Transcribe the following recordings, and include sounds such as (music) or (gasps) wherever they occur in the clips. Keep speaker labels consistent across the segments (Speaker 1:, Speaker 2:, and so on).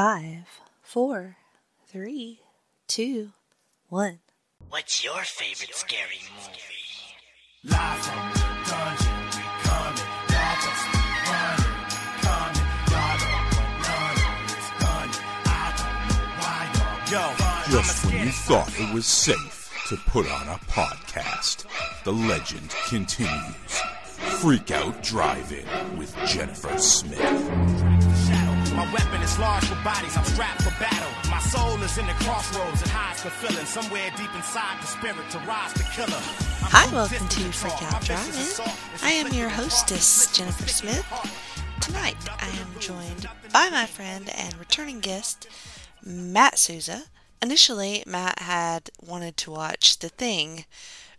Speaker 1: Five, four, three, two, one.
Speaker 2: What's your favorite scary movie?
Speaker 3: Live from the dungeon, we coming. Y'all just keep running, we coming. Y'all don't want none of this gunning. I don't know why y'all Yo,
Speaker 4: Just when you thought it was safe to put on a podcast, the legend continues. Freak Out Drive In with Jennifer Smith.
Speaker 3: shadow. My weapon is large for bodies, I'm strapped for battle. My soul is in the crossroads, it hides the feeling. Somewhere deep inside the spirit to rise the killer.
Speaker 1: Hi, welcome to Freak Out Drive-In. I am your hostess, Jennifer Smith. Tonight, I am joined by my friend and returning guest, Matt Souza. Initially, Matt had wanted to watch The Thing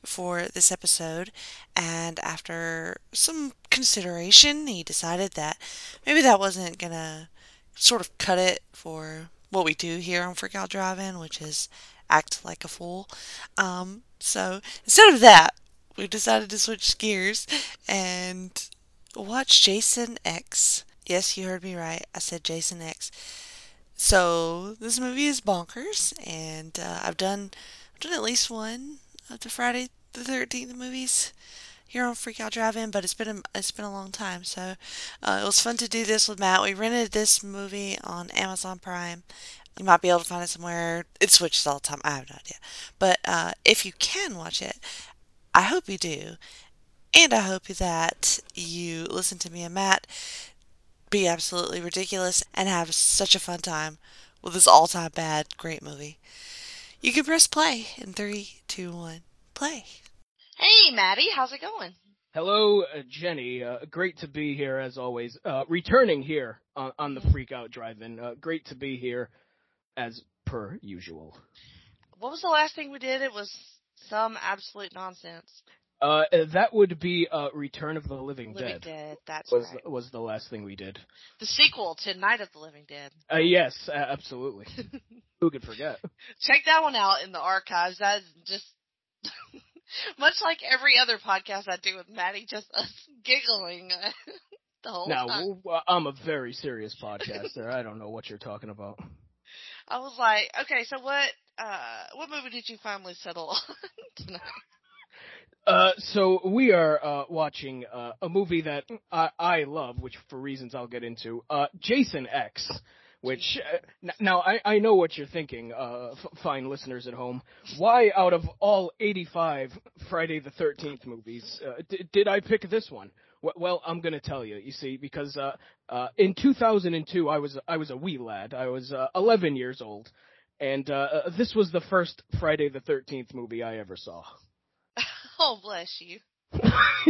Speaker 1: for this episode, and after some consideration, he decided that maybe that wasn't gonna sort of cut it for what we do here on Freak Out Drive-In, which is act like a fool. Um, so instead of that, we decided to switch gears and watch Jason X. Yes, you heard me right. I said Jason X. So this movie is bonkers, and uh, I've done I've done at least one of the Friday the Thirteenth movies here on Freak Out Drive In, but it's been a, it's been a long time. So uh, it was fun to do this with Matt. We rented this movie on Amazon Prime. You might be able to find it somewhere. It switches all the time. I have no idea. But uh, if you can watch it, I hope you do. And I hope that you listen to me and Matt be absolutely ridiculous and have such a fun time with this all time bad, great movie. You can press play in three, two, one, play.
Speaker 5: Hey, Maddie, how's it going?
Speaker 6: Hello, uh, Jenny. Uh, great to be here as always. Uh, returning here on, on the Freak Out Drive-In. Uh, great to be here as per usual.
Speaker 5: What was the last thing we did? It was some absolute nonsense.
Speaker 6: Uh, that would be uh, Return of the Living,
Speaker 5: Living
Speaker 6: Dead.
Speaker 5: Dead, that's
Speaker 6: Was
Speaker 5: right.
Speaker 6: was the last thing we did?
Speaker 5: The sequel to Night of the Living Dead.
Speaker 6: Uh, yes,
Speaker 5: (laughs)
Speaker 6: a- absolutely. Who could forget?
Speaker 5: Check that one out in the archives. That's just (laughs) much like every other podcast I do with Maddie, just us (laughs) giggling the whole
Speaker 6: Now
Speaker 5: time.
Speaker 6: w- I'm a very serious podcaster. I don't know what you're talking about.
Speaker 5: I was like, okay, so what? Uh, what movie did you finally settle (laughs) on tonight? (laughs)
Speaker 6: Uh, so we are uh, watching uh, a movie that I, I love, which for reasons I'll get into. Uh, Jason X, which uh, n- now I, I know what you're thinking, uh, f- fine listeners at home. Why out of all 85 Friday the 13th movies uh, d- did I pick this one? W- Well, I'm gonna tell you. You see, because uh, uh, in 2002, I was I was a wee lad. I was uh, 11 years old, and uh, uh, this was the first Friday the 13th movie I ever saw.
Speaker 5: Oh, bless you.
Speaker 6: (laughs)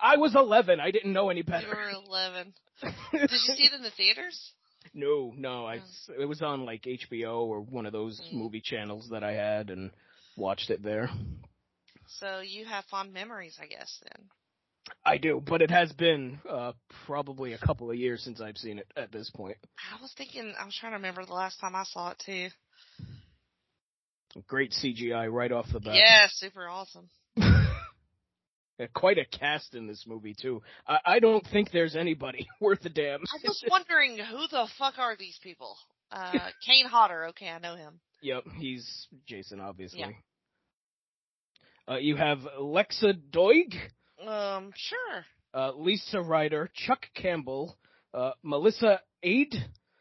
Speaker 6: I was 11. I didn't know any
Speaker 5: You were
Speaker 6: better.
Speaker 5: 11.
Speaker 6: (laughs)
Speaker 5: Did you see it in the theaters?
Speaker 6: no, no. I, it was on like HBO or one of those
Speaker 5: Mm.
Speaker 6: movie channels that I had and watched it there.
Speaker 5: So you have fond memories, I guess, then.
Speaker 6: I do, but it has been uh, probably a couple of years since I've seen it at this point.
Speaker 5: I was thinking, I was trying to remember the last time I saw it too.
Speaker 6: Great CGI right off the bat.
Speaker 5: Yeah, super awesome.
Speaker 6: Uh, Quite a cast in this movie too. I, I don't think there's anybody (laughs) worth a damn.
Speaker 5: I
Speaker 6: (laughs)
Speaker 5: was wondering who the fuck are these people? Uh, Kane Hodder. Okay, I know him.
Speaker 6: Yep, he's Jason, obviously. Uh, you have Lexa Doig.
Speaker 5: Um, sure.
Speaker 6: uh, Lisa Ryder, Chuck Campbell, uh, Melissa Aid,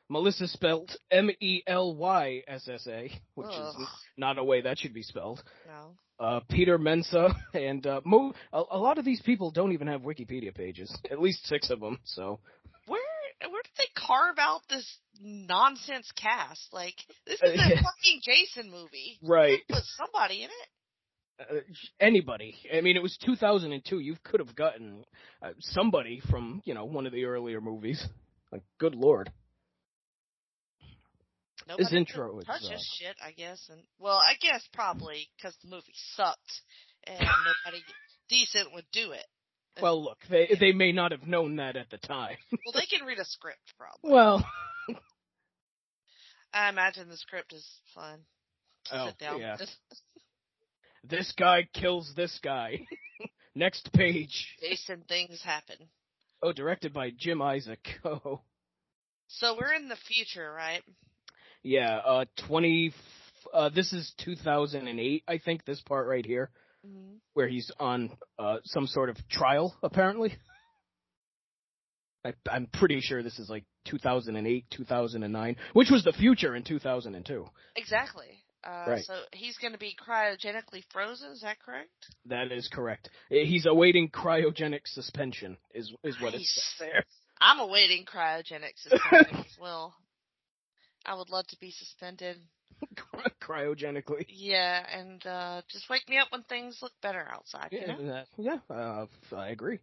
Speaker 6: Melissa spelt M E L Y S S A, which
Speaker 5: Ugh.
Speaker 6: is not a way that should be spelled.
Speaker 5: No.
Speaker 6: Uh, Peter Mensa, (laughs) and uh, Mo- a, a lot of these people don't even have Wikipedia pages. At least six of them. So
Speaker 5: Where where did they carve out this nonsense cast? Like this is
Speaker 6: Uh,
Speaker 5: a
Speaker 6: (laughs) yeah.
Speaker 5: fucking Jason movie.
Speaker 6: right,
Speaker 5: Put somebody in it.
Speaker 6: uh, anybody. I mean, it was 2002. You could have gotten uh, somebody from you know one of the earlier movies. Like, good lord.
Speaker 5: Nobody could
Speaker 6: intro is,
Speaker 5: touch
Speaker 6: uh,
Speaker 5: his shit, I guess. And well, I guess probably because the movie sucked and
Speaker 6: (laughs)
Speaker 5: nobody decent would do it.
Speaker 6: Well, look, they they may not have known that at the time.
Speaker 5: Well, they can read a script, probably.
Speaker 6: Well.
Speaker 5: I imagine the script is fun.
Speaker 6: Oh,
Speaker 5: Sit down.
Speaker 6: yeah. This guy kills this guy. (laughs) Next page.
Speaker 5: Jason, things happen.
Speaker 6: (laughs) Oh, directed by Jim Isaac. Oh.
Speaker 5: So we're in the future, right?
Speaker 6: Yeah, uh, 20. Uh, this is 2008, I think, this part right here,
Speaker 5: Mm-hmm.
Speaker 6: where he's on uh, some sort of trial, apparently. (laughs) I, I'm pretty sure this is like 2008, 2009, which was the future in 2002.
Speaker 5: Exactly. Uh,
Speaker 6: Right.
Speaker 5: So he's going to be cryogenically frozen. Is that correct?
Speaker 6: That is correct. Eh, He's awaiting cryogenic suspension, is is what
Speaker 5: Nice.
Speaker 6: it's (laughs) there.
Speaker 5: I'm awaiting cryogenic suspension as
Speaker 6: (laughs)
Speaker 5: well. I would love to be suspended.
Speaker 6: cryogenically.
Speaker 5: Yeah, and uh, just wake me up when things look better outside. you
Speaker 6: Yeah,
Speaker 5: know?
Speaker 6: that- yeah uh, I agree.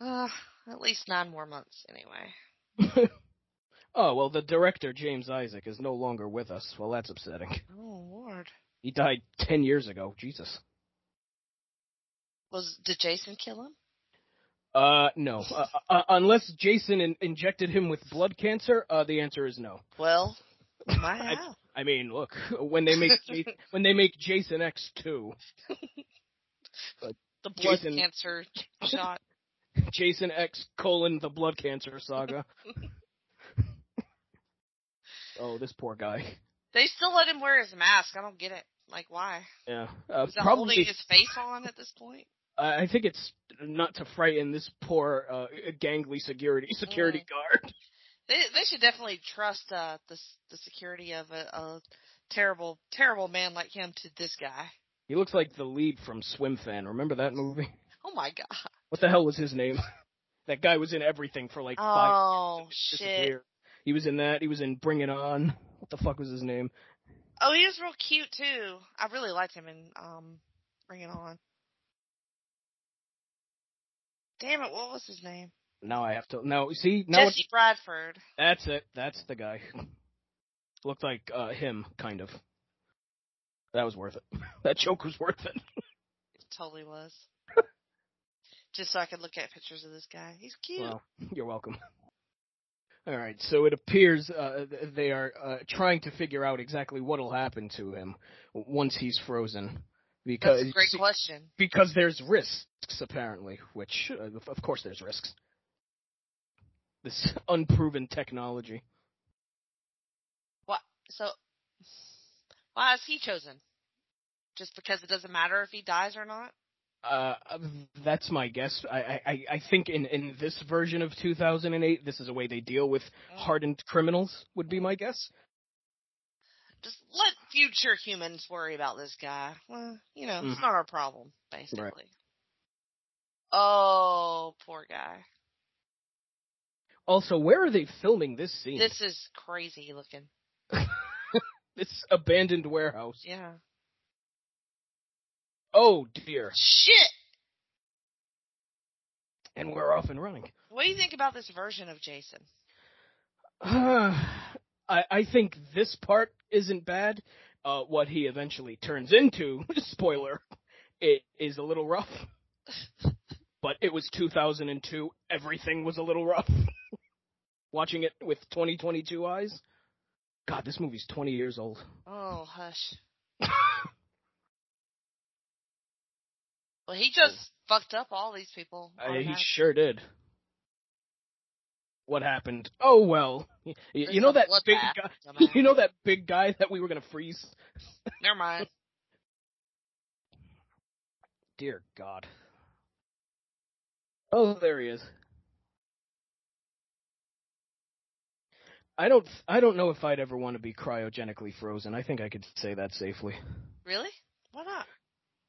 Speaker 5: Uh, at least nine more months, anyway.
Speaker 6: Oh well, the director James Isaac is no longer with us. Well, that's upsetting. (laughs)
Speaker 5: Oh Lord.
Speaker 6: He died ten years ago. Jesus.
Speaker 5: Was did Jason kill him?
Speaker 6: Uh, no. Uh, uh, unless Jason in- injected him with blood cancer, uh, the answer is no.
Speaker 5: Well, my
Speaker 6: (laughs) I-
Speaker 5: how?
Speaker 6: I mean, look, (laughs) when they make (laughs) Ja- when they make Jason X two,
Speaker 5: The blood
Speaker 6: Jason- (laughs)
Speaker 5: cancer shot.
Speaker 6: Jason X colon the blood cancer (laughs) saga. oh, this poor guy.
Speaker 5: They still let him wear his mask. I don't get it. Like why?
Speaker 6: Yeah, uh,
Speaker 5: Is it holding
Speaker 6: probably.
Speaker 5: his face on at this point?
Speaker 6: I I think it's not to frighten this poor uh, gangly security (laughs)
Speaker 5: Mm.
Speaker 6: security guard.
Speaker 5: They they should definitely trust uh the s- the security of a, a terrible terrible man like him to this guy.
Speaker 6: He looks like the lead from Swim Fan. Remember that movie? (laughs)
Speaker 5: Oh my god.
Speaker 6: What the hell was his name? (laughs) that guy was in everything for like five
Speaker 5: Oh
Speaker 6: It's just
Speaker 5: shit.
Speaker 6: weird. He was in that. He was in Bring It On. What the fuck was his name?
Speaker 5: Oh, he was real cute too. I really liked him in um Bring It On. Damn it, what was his name?
Speaker 6: Now I have to. Now see. Now
Speaker 5: Jesse Bradford.
Speaker 6: it's- that's it. That's the guy. (laughs) Looked like uh, him, kind of. That was worth it. (laughs) That joke was worth it.
Speaker 5: Totally was. (laughs) Just so I could look at pictures of this guy. He's cute. (laughs)
Speaker 6: Well, you're welcome. All right, so it appears uh, th- they are uh, trying to figure out exactly what'll happen to him w- once he's frozen, because
Speaker 5: That's a great question.
Speaker 6: because there's risks apparently, which uh, of- of course there's risks. This (laughs) unproven technology.
Speaker 5: So, why is he chosen? Just because it doesn't matter if he dies or not?
Speaker 6: Uh, that's my guess. I, I- I, I think in, in this version of 2008, this is a way they deal with
Speaker 5: Mm.
Speaker 6: hardened criminals. Would be my guess.
Speaker 5: Just let future humans worry about this guy. Well, you know, it's
Speaker 6: Mhm.
Speaker 5: not our problem, basically. Oh, poor guy.
Speaker 6: Also, where are they filming this scene?
Speaker 5: This is crazy looking.
Speaker 6: This abandoned warehouse.
Speaker 5: Yeah.
Speaker 6: Oh dear.
Speaker 5: Shit!
Speaker 6: And we're off and running. (sighs)
Speaker 5: What do you think about this version of Jason?
Speaker 6: I, I think this part isn't bad. Uh, what he eventually turns into, (laughs) spoiler, it is a little rough. But it was 2002. Everything was a little rough. (laughs) Watching it with 2022 eyes. God, this movie's 20 years old.
Speaker 5: Oh, hush. Well,
Speaker 6: (laughs)
Speaker 5: he just fucked up all these people.
Speaker 6: Uh, he
Speaker 5: automatic-
Speaker 6: sure did. What happened? Oh well. Y- You,
Speaker 5: There's
Speaker 6: know
Speaker 5: a
Speaker 6: that big
Speaker 5: bloodbath,
Speaker 6: guy.
Speaker 5: dumbass.
Speaker 6: (laughs) You know that big guy that we were gonna freeze.
Speaker 5: Never mind.
Speaker 6: Dear God. Oh, there he is. I don't. I don't know if I'd ever want to be cryogenically frozen. I think I could say that safely.
Speaker 5: Really? Why not?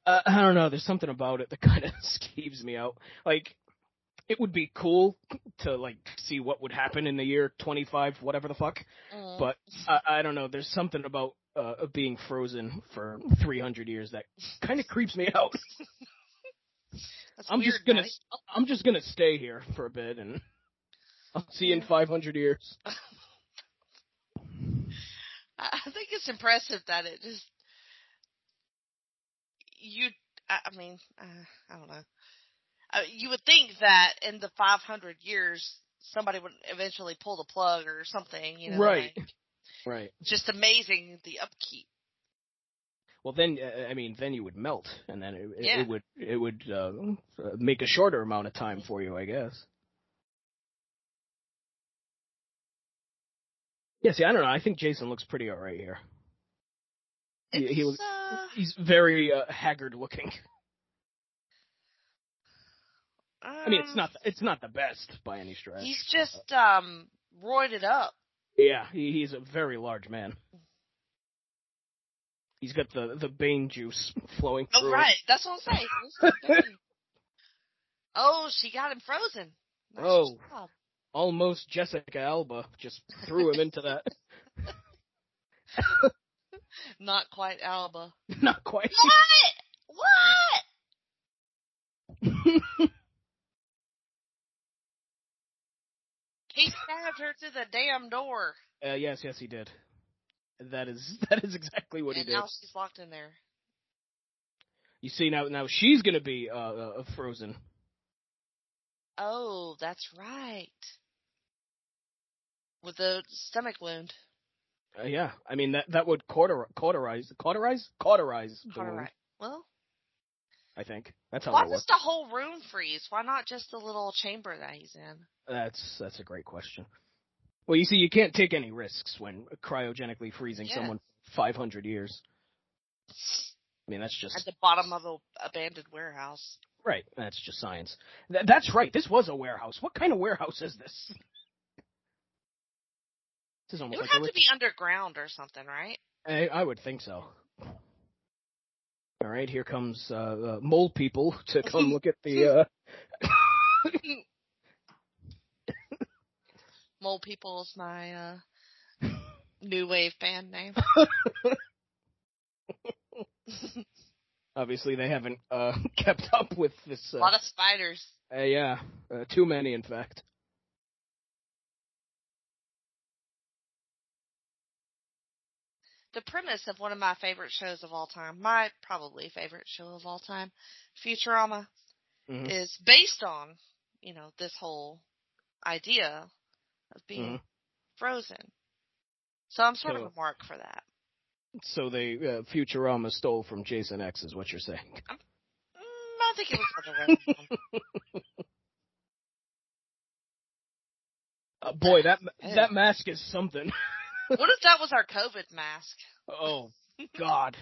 Speaker 6: Uh, I don't know. There's something about it that (laughs) kind of skeeves me out. Like, it would be cool to like see what would happen in the year 25, whatever the fuck.
Speaker 5: Mm.
Speaker 6: But I, I don't know. There's something about uh, being frozen for 300 years that kind of creeps me out. (laughs)
Speaker 5: That's
Speaker 6: I'm
Speaker 5: weird,
Speaker 6: just gonna
Speaker 5: buddy.
Speaker 6: I'm just gonna stay here for a bit and I'll see you in 500 years.
Speaker 5: I I think it's impressive that it just you. I I mean, uh, I don't know. Uh, you would think that in the 500 years, somebody would eventually pull the plug or something. You know,
Speaker 6: Right.
Speaker 5: like,
Speaker 6: Right.
Speaker 5: just amazing the upkeep.
Speaker 6: Well, then uh, I mean, then you would melt, and then it, it-
Speaker 5: Yeah.
Speaker 6: it would it would uh, uh, make a shorter amount of time for you, I guess. Yeah, see, I don't know. I think Jason looks pretty alright here. He- he
Speaker 5: It's,
Speaker 6: was-
Speaker 5: uh,
Speaker 6: He's very uh, haggard looking. I mean, it's
Speaker 5: um,
Speaker 6: not it's not the best by any stretch.
Speaker 5: He's just um roided up.
Speaker 6: Yeah, he, he's a very large man. He's got the the Bane juice flowing
Speaker 5: Oh
Speaker 6: through. him.
Speaker 5: right, that's what I'm saying. It's
Speaker 6: (laughs)
Speaker 5: been- oh, she got him frozen. Nice
Speaker 6: Oh.
Speaker 5: job.
Speaker 6: Almost Jessica Alba just threw him
Speaker 5: (laughs)
Speaker 6: into that. (laughs)
Speaker 5: not quite Alba.
Speaker 6: Not quite.
Speaker 5: What? What? (laughs) He stabbed her to the damn door,
Speaker 6: uh, yes, yes, he did. That is (laughs) that is exactly what
Speaker 5: and
Speaker 6: he did.
Speaker 5: now she's locked in there.
Speaker 6: You see now now she's gonna be uh, uh frozen.
Speaker 5: Oh, that's right. With the stomach wound.
Speaker 6: Uh, yeah, I mean that that would cauter- cauterize cauterize cauterize the
Speaker 5: All
Speaker 6: wound.
Speaker 5: right. Well,
Speaker 6: I think that's how
Speaker 5: why
Speaker 6: that
Speaker 5: does
Speaker 6: works.
Speaker 5: the whole room freeze? Why not just the little chamber that he's in?
Speaker 6: That's that's a great question. Well, you see, you can't take any risks when cryogenically freezing
Speaker 5: Yeah.
Speaker 6: someone 500 years. I mean, that's just
Speaker 5: At the bottom of a abandoned warehouse.
Speaker 6: right. That's just science. Th- that's right. This was a warehouse. What kind of warehouse is this? This is
Speaker 5: It
Speaker 6: almost
Speaker 5: would
Speaker 6: like a
Speaker 5: have to
Speaker 6: rich-
Speaker 5: be underground or something, right?
Speaker 6: I, I would think so. All right, here comes uh, uh, mole people
Speaker 5: (laughs)
Speaker 6: to come look at the. Uh,
Speaker 5: Mole People is my uh, new wave band name.
Speaker 6: obviously, they haven't uh, (laughs) kept up with this.
Speaker 5: A
Speaker 6: Uh,
Speaker 5: lot of spiders.
Speaker 6: Uh, yeah, uh, too many, in fact.
Speaker 5: The premise of one of my favorite shows of all time, my probably favorite show of all time, Futurama,
Speaker 6: Mhm.
Speaker 5: is based on, you know, this whole idea of being frozen. So I'm sort of
Speaker 6: So-
Speaker 5: a mark for that.
Speaker 6: So they uh, Futurama stole from Jason X, is what you're saying.
Speaker 5: Mm, I think it was the other way around.
Speaker 6: Uh, boy, that ma-
Speaker 5: (laughs) Yeah.
Speaker 6: that mask is something. (laughs)
Speaker 5: What if that was our COVID mask? (laughs)
Speaker 6: Oh God,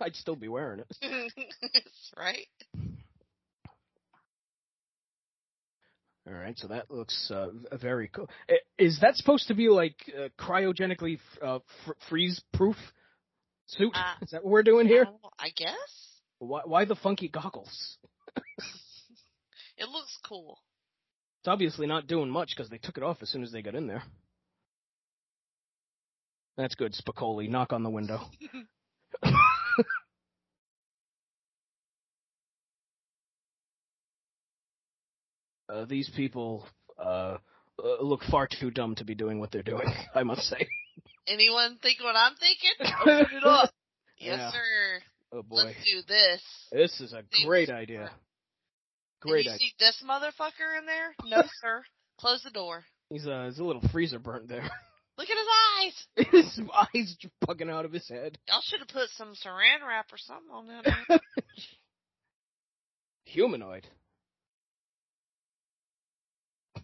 Speaker 6: I'd still be wearing it.
Speaker 5: right?
Speaker 6: All right, so that looks uh, v- very cool. I- Is that supposed to be like uh, cryogenically f- uh, fr- freeze-proof suit?
Speaker 5: Uh,
Speaker 6: is that what we're doing here?
Speaker 5: I don't- I guess. (laughs)
Speaker 6: Why, why the funky goggles?
Speaker 5: It looks cool.
Speaker 6: It's obviously not doing much because they took it off as soon as they got in there. That's good, Spicoli. Knock on the window.
Speaker 5: (laughs)
Speaker 6: uh, these people uh, uh, look far too dumb to be doing what they're doing, (laughs) I must say.
Speaker 5: Anyone think what I'm
Speaker 6: (laughs)
Speaker 5: thinking? Open it up. Yes,
Speaker 6: Yeah.
Speaker 5: sir.
Speaker 6: Oh, boy.
Speaker 5: Let's do this.
Speaker 6: This is a great idea.
Speaker 5: And
Speaker 6: Great
Speaker 5: you
Speaker 6: idea.
Speaker 5: see this motherfucker in
Speaker 6: (laughs)
Speaker 5: there? No, sir. Close the door.
Speaker 6: He's, uh, he's a little freezer burnt there. (laughs)
Speaker 5: Look at his eyes.
Speaker 6: his eyes bugging out of his head.
Speaker 5: Y'all should have put some saran wrap or something on him.
Speaker 6: (laughs) Humanoid. (laughs)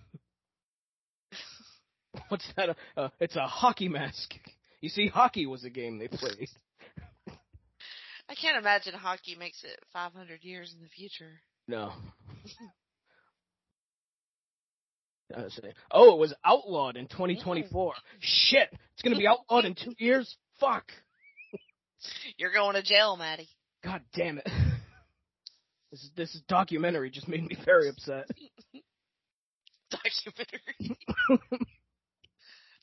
Speaker 6: What's that? Uh, it's a hockey mask. You see, hockey was a game they played.
Speaker 5: I can't imagine hockey makes it 500 years in the future.
Speaker 6: No. (laughs) Uh, so- Oh, it was outlawed in 2024. Shit, it's gonna be outlawed in two years. Fuck.
Speaker 5: You're going to jail, Maddie. (laughs)
Speaker 6: God damn it. (laughs) This this documentary just made me very upset. (laughs)
Speaker 5: Documentary.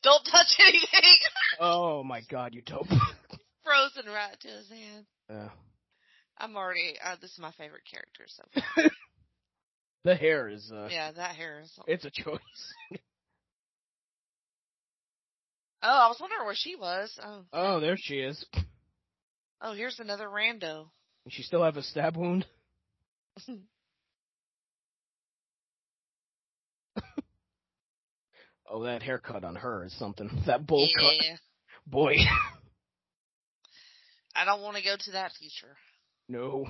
Speaker 5: Don't touch anything. (laughs)
Speaker 6: Oh my god, you dope. (laughs)
Speaker 5: Frozen right to his hand.
Speaker 6: Uh,
Speaker 5: I'm already. Uh, this is my favorite character so far.
Speaker 6: the hair is uh,
Speaker 5: yeah, that hair is.
Speaker 6: it's a choice.
Speaker 5: Oh, I was wondering where she was. Oh,
Speaker 6: Oh, there she is.
Speaker 5: oh, here's another rando.
Speaker 6: Does she still have a stab wound? (laughs) oh, that haircut on her is something. (laughs) That bowl cut.
Speaker 5: yeah,
Speaker 6: Boy, (laughs)
Speaker 5: I don't want to go to that future.
Speaker 6: no.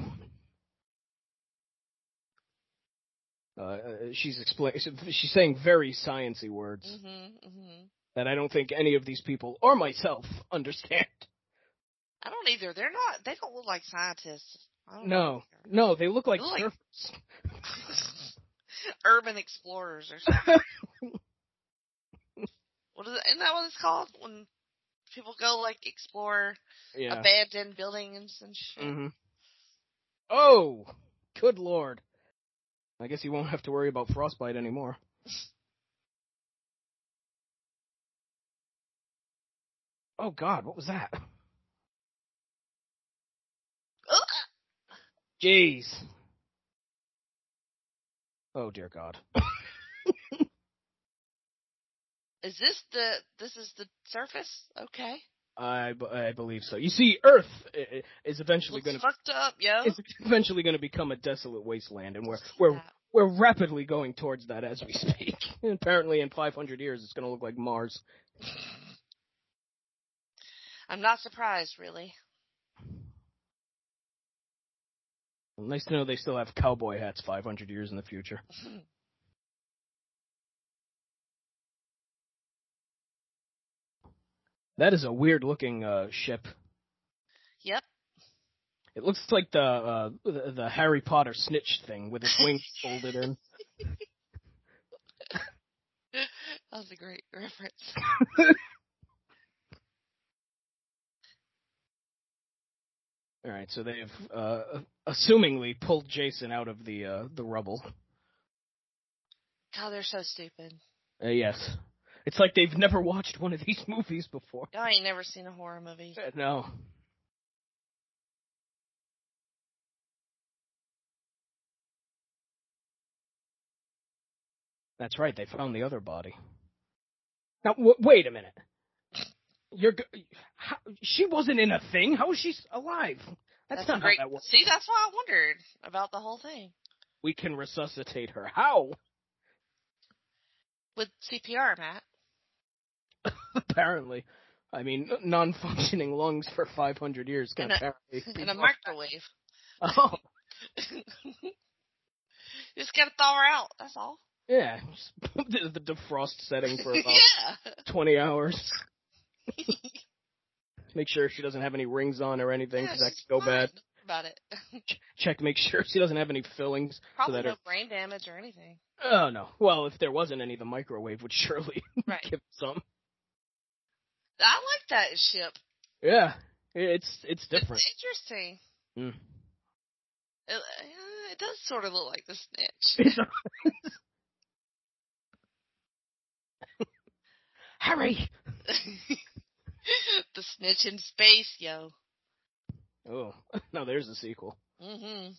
Speaker 6: Uh, Uh, she's explaining. She's saying very sciency words.
Speaker 5: Mm-hmm, mm-hmm.
Speaker 6: that I don't think any of these people or myself (laughs) understand.
Speaker 5: I don't either. They're not. They don't look like scientists. I don't
Speaker 6: No, no, they look like
Speaker 5: They look like-
Speaker 6: surfers.
Speaker 5: (laughs) Urban explorers or something.
Speaker 6: (laughs)
Speaker 5: what is it? Isn't that what it's called when people go like explore
Speaker 6: Yeah.
Speaker 5: abandoned buildings and shit?
Speaker 6: hmm Oh, good lord! I guess you won't have to worry about frostbite anymore. Oh God, what was that?
Speaker 5: Ugh!
Speaker 6: Jeez. Oh dear God.
Speaker 5: Is this the this is the surface? Okay.
Speaker 6: I, b- I believe so. You see, Earth i- i- is eventually
Speaker 5: Looks
Speaker 6: going to
Speaker 5: fucked up, yo.
Speaker 6: is eventually going to become a desolate wasteland, and we're we're
Speaker 5: Yeah.
Speaker 6: we're rapidly going towards that as we (laughs) speak. Apparently, in 500 years, it's going to look like Mars.
Speaker 5: I'm not surprised, really.
Speaker 6: Well, nice to know they still have cowboy hats 500 years in the future. That is a weird looking uh, ship.
Speaker 5: Yep. (laughs)
Speaker 6: It looks like the, uh, the the Harry Potter snitch thing with its wings folded in.
Speaker 5: that was a great (laughs) reference.
Speaker 6: All right, so they've uh, assumingly pulled Jason out of the uh, the rubble.
Speaker 5: God, Oh, they're so stupid.
Speaker 6: Uh, yes, it's like they've never watched one of these (laughs) movies before.
Speaker 5: Y'all ain't never seen a horror movie.
Speaker 6: Uh, No. That's right. They found the other body. Now w- wait a minute. You're g- how, she wasn't in a thing. How is she s- alive? That's,
Speaker 5: a
Speaker 6: not
Speaker 5: great.
Speaker 6: how that works.
Speaker 5: See, that's why I wondered about the whole thing
Speaker 6: We can resuscitate her. How?
Speaker 5: with CPR, Matt.
Speaker 6: Apparently, I mean, non-functioning lungs for 500 years can
Speaker 5: And a-
Speaker 6: apparently. be
Speaker 5: (laughs) In a
Speaker 6: fun.
Speaker 5: microwave.
Speaker 6: (laughs) Oh,
Speaker 5: Just gotta thaw her out. That's all.
Speaker 6: yeah. Just (laughs) the, the defrost setting
Speaker 5: (laughs)
Speaker 6: for about
Speaker 5: yeah.
Speaker 6: 20
Speaker 5: (laughs)
Speaker 6: hours. make sure she doesn't have any rings on or anything,
Speaker 5: Yeah,
Speaker 6: 'cause that
Speaker 5: she's
Speaker 6: could go
Speaker 5: fine
Speaker 6: bad.
Speaker 5: About it. (laughs)
Speaker 6: Ch- Check, make sure she doesn't have any fillings.
Speaker 5: Probably
Speaker 6: that
Speaker 5: no
Speaker 6: her-
Speaker 5: brain damage or anything.
Speaker 6: Oh, no. Well, if there wasn't any, the microwave would surely (laughs)
Speaker 5: Right.
Speaker 6: give some.
Speaker 5: I like that ship.
Speaker 6: Yeah, it's it's different.
Speaker 5: It's interesting.
Speaker 6: Mm.
Speaker 5: It, uh, it does sort of look like the
Speaker 6: (laughs)
Speaker 5: snitch. (laughs)
Speaker 6: It's a- Hurry!
Speaker 5: the snitch in space, yo.
Speaker 6: Oh, (laughs) no, there's a sequel.
Speaker 5: Mhm.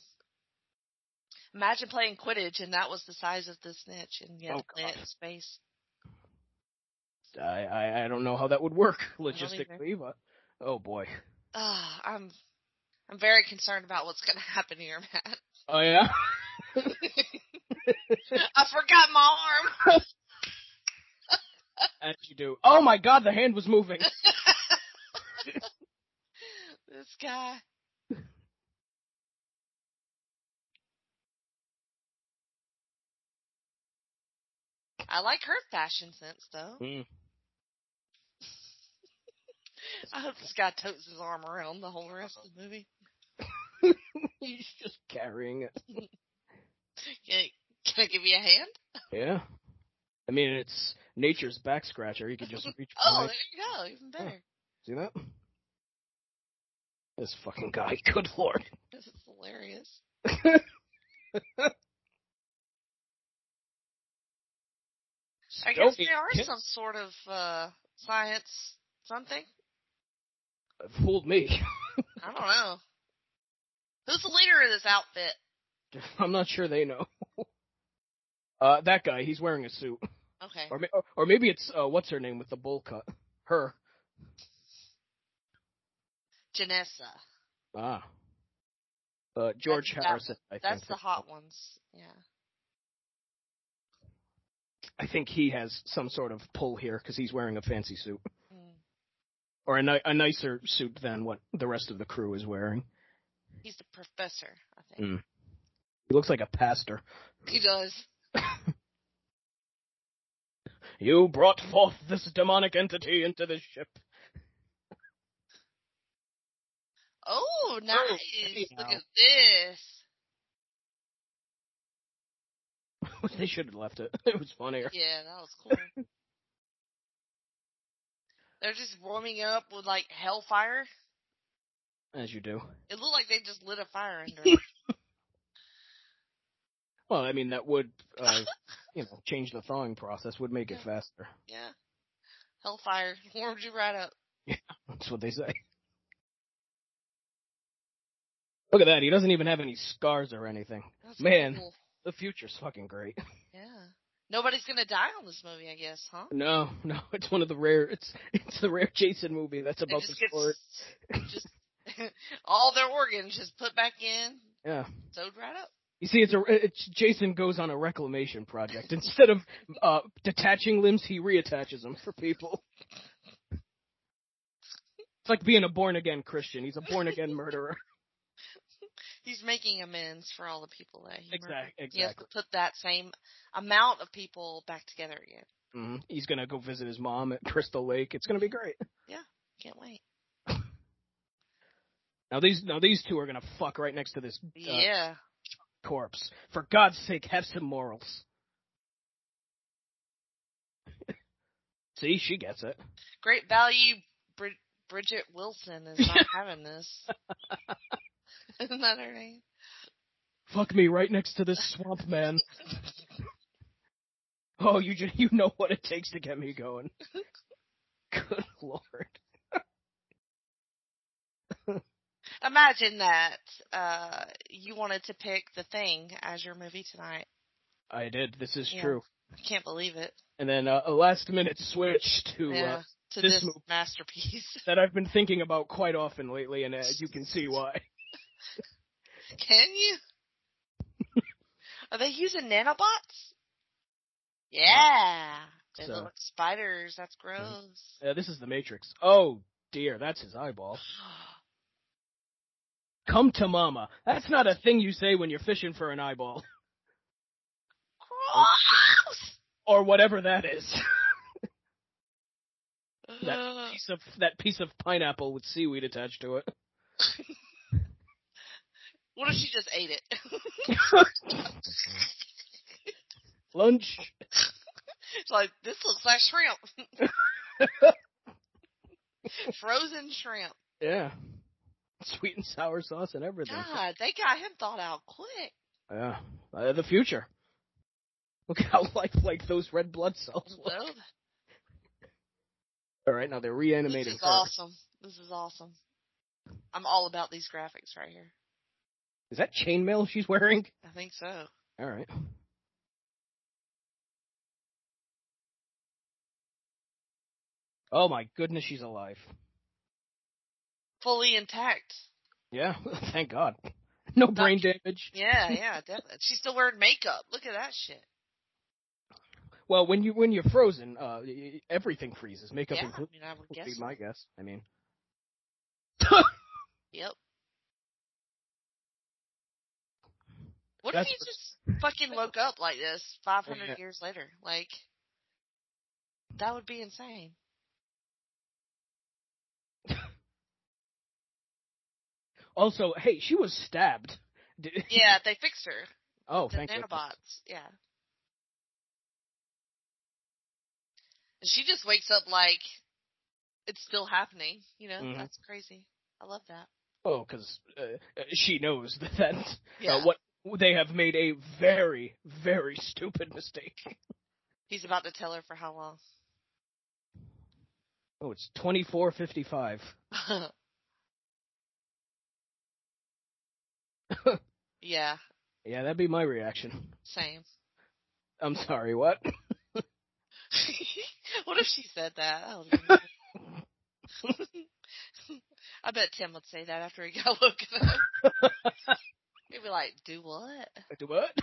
Speaker 5: Imagine playing Quidditch and that was the size of the snitch and you had
Speaker 6: Oh,
Speaker 5: to play it in
Speaker 6: God.
Speaker 5: space.
Speaker 6: I, I, I don't know how that would work
Speaker 5: don't either.
Speaker 6: logistically, but oh boy.
Speaker 5: Ah, I'm I'm very concerned about what's gonna (laughs) happen here,
Speaker 6: (laughs)
Speaker 5: Matt.
Speaker 6: Oh yeah.
Speaker 5: I forgot my arm.
Speaker 6: As you do. Oh my god, the hand was moving.
Speaker 5: This guy. I like her fashion sense though.
Speaker 6: Mm.
Speaker 5: (laughs) I hope this guy totes his arm around the whole rest of the
Speaker 6: (laughs)
Speaker 5: movie.
Speaker 6: He's just carrying it.
Speaker 5: Can, can I give you a hand?
Speaker 6: Yeah. I mean, it's nature's back scratcher. You
Speaker 5: (laughs)
Speaker 6: could just reach.
Speaker 5: Oh,
Speaker 6: behind.
Speaker 5: there you go. Even better.
Speaker 6: See that? This fucking guy. (laughs) Good lord.
Speaker 5: This is hilarious. I guess
Speaker 6: Don't
Speaker 5: there are
Speaker 6: be-
Speaker 5: some sort of uh, science something.
Speaker 6: (laughs) Fooled me. (laughs)
Speaker 5: I don't know. Who's the leader of this outfit?
Speaker 6: I'm not sure they know. (laughs) Uh, that guy. He's wearing a suit.
Speaker 5: Okay.
Speaker 6: Or, ma- or- or maybe it's uh, what's her name with the bowl cut. Her.
Speaker 5: Janessa.
Speaker 6: Ah. Uh, George
Speaker 5: That's-
Speaker 6: Harrison. I
Speaker 5: That's
Speaker 6: think.
Speaker 5: the hot ones. Yeah.
Speaker 6: I think he has some sort of pull here because he's wearing a fancy suit
Speaker 5: Mm.
Speaker 6: or a, ni- a nicer suit than what the rest of the crew is wearing.
Speaker 5: He's the professor, I
Speaker 6: Mm.
Speaker 5: think. Mm.
Speaker 6: He looks like a pastor.
Speaker 5: He does.
Speaker 6: You brought forth this demonic entity into this ship. (laughs)
Speaker 5: Oh, nice.
Speaker 6: hey
Speaker 5: Look
Speaker 6: now.
Speaker 5: at this.
Speaker 6: they should have left it. (laughs) It was funnier.
Speaker 5: Yeah, that was (laughs) cool. They're just warming up with like hellfire.
Speaker 6: As you do.
Speaker 5: It looked like they just lit a fire under (laughs) it.
Speaker 6: Well, I mean, that would,
Speaker 5: (laughs)
Speaker 6: uh, you know, change the thawing process, would make it
Speaker 5: Yeah.
Speaker 6: faster.
Speaker 5: yeah. Hellfire warmed you right up.
Speaker 6: That's what they say. (laughs) Look at that. He doesn't even have any scars or anything.
Speaker 5: That's
Speaker 6: Man.
Speaker 5: cool.
Speaker 6: The future's fucking great. (laughs)
Speaker 5: Yeah. Nobody's gonna die on this movie, I guess, huh?
Speaker 6: No, no, it's one of the rare, it's, it's the rare Jason movie that's
Speaker 5: They
Speaker 6: about the
Speaker 5: just get
Speaker 6: (laughs) sport.
Speaker 5: s- just (laughs) all their organs just put back in,
Speaker 6: Yeah.
Speaker 5: sewed right up.
Speaker 6: You see, it's a it's, Jason goes on a reclamation project. Instead of uh, detaching limbs, he reattaches them for people. It's like being a born again Christian. He's a born again murderer.
Speaker 5: He's making amends for all the people that he murdered.
Speaker 6: Exact-
Speaker 5: He has to
Speaker 6: exactly.
Speaker 5: put that same amount of people back together again.
Speaker 6: hmm He's gonna go visit his mom at Crystal Lake. It's gonna be great.
Speaker 5: Can't wait.
Speaker 6: Now these now these two are gonna fuck right next to this uh,
Speaker 5: Yeah.
Speaker 6: corpse. For God's sake, have some morals. (laughs) see, she gets it.
Speaker 5: Great value, Brid- Bridget Wilson is
Speaker 6: (laughs)
Speaker 5: not having this. (laughs) Isn't that her name?
Speaker 6: Fuck me right next to this swamp man. Oh, you just, you know what it takes to get me going. Good lord.
Speaker 5: Imagine that uh, you wanted to pick The Thing as your movie tonight.
Speaker 6: I did. This is
Speaker 5: Yeah.
Speaker 6: true.
Speaker 5: I can't believe it.
Speaker 6: And then uh, a last minute switch to
Speaker 5: yeah.
Speaker 6: uh,
Speaker 5: to
Speaker 6: this
Speaker 5: this,
Speaker 6: movie-
Speaker 5: masterpiece.
Speaker 6: that I've been thinking about quite often lately, and uh, you
Speaker 5: (laughs)
Speaker 6: can see why.
Speaker 5: Can you? Are they using nanobots? Yeah. They
Speaker 6: So-
Speaker 5: look like spiders. That's
Speaker 6: (laughs)
Speaker 5: gross.
Speaker 6: Uh, this is the Matrix. Oh dear, that's his eyeball. Come to mama. That's not a thing you say when you're fishing for an eyeball
Speaker 5: Gross!
Speaker 6: or whatever that is. (laughs) that
Speaker 5: Ugh.
Speaker 6: piece of that piece of pineapple with seaweed attached to it.
Speaker 5: (sighs) What if she just ate
Speaker 6: (laughs)
Speaker 5: it?
Speaker 6: Lunch.
Speaker 5: it's like, this looks like shrimp.
Speaker 6: (laughs)
Speaker 5: Frozen shrimp.
Speaker 6: Yeah. (laughs) Sweet and sour sauce and everything.
Speaker 5: God, they got him thought out quick.
Speaker 6: Yeah. Uh, the future. (laughs) Look how lifelike those red blood cells look.
Speaker 5: Well,
Speaker 6: All right, now they're
Speaker 5: this
Speaker 6: reanimating
Speaker 5: is
Speaker 6: her.
Speaker 5: awesome. This is awesome. I'm all about these graphics right here.
Speaker 6: Is that chainmail she's wearing?
Speaker 5: I think so.
Speaker 6: All right. Oh my goodness, she's alive.
Speaker 5: Fully intact.
Speaker 6: Yeah, (laughs) thank God. No brain damage.
Speaker 5: Yeah, yeah, definitely. She's still wearing makeup. Look at that shit.
Speaker 6: Well, when you when you're frozen, uh, y- y- everything freezes, makeup
Speaker 5: yeah,
Speaker 6: included.
Speaker 5: I mean, I would
Speaker 6: Would
Speaker 5: guess.
Speaker 6: be
Speaker 5: so.
Speaker 6: my guess.
Speaker 5: (laughs)
Speaker 6: I mean,
Speaker 5: Yep. What
Speaker 6: That's
Speaker 5: if he just fucking woke up like this 500
Speaker 6: Yeah.
Speaker 5: years later? Like, that would be insane.
Speaker 6: also, hey, she was stabbed. Did-
Speaker 5: Yeah, they fixed her.
Speaker 6: (laughs) Oh,
Speaker 5: the
Speaker 6: thank you.
Speaker 5: nanobots. Yeah. And she just wakes up like it's still happening. You know,
Speaker 6: Mhm.
Speaker 5: that's crazy. I love that.
Speaker 6: Oh, because uh, uh, she knows (laughs) that that's,
Speaker 5: Yeah.
Speaker 6: uh, what they have made a very, very stupid mistake.
Speaker 5: He's about to tell her for how long. (laughs)
Speaker 6: Oh, it's twenty four fifty five.
Speaker 5: yeah,
Speaker 6: Yeah, that'd be my reaction.
Speaker 5: same. (laughs)
Speaker 6: I'm sorry, what? (laughs)
Speaker 5: what if she said that? I, don't know. (laughs) I bet Tim would say that after he got (laughs) woken up. He'd be like, "Do what?"
Speaker 6: Do what?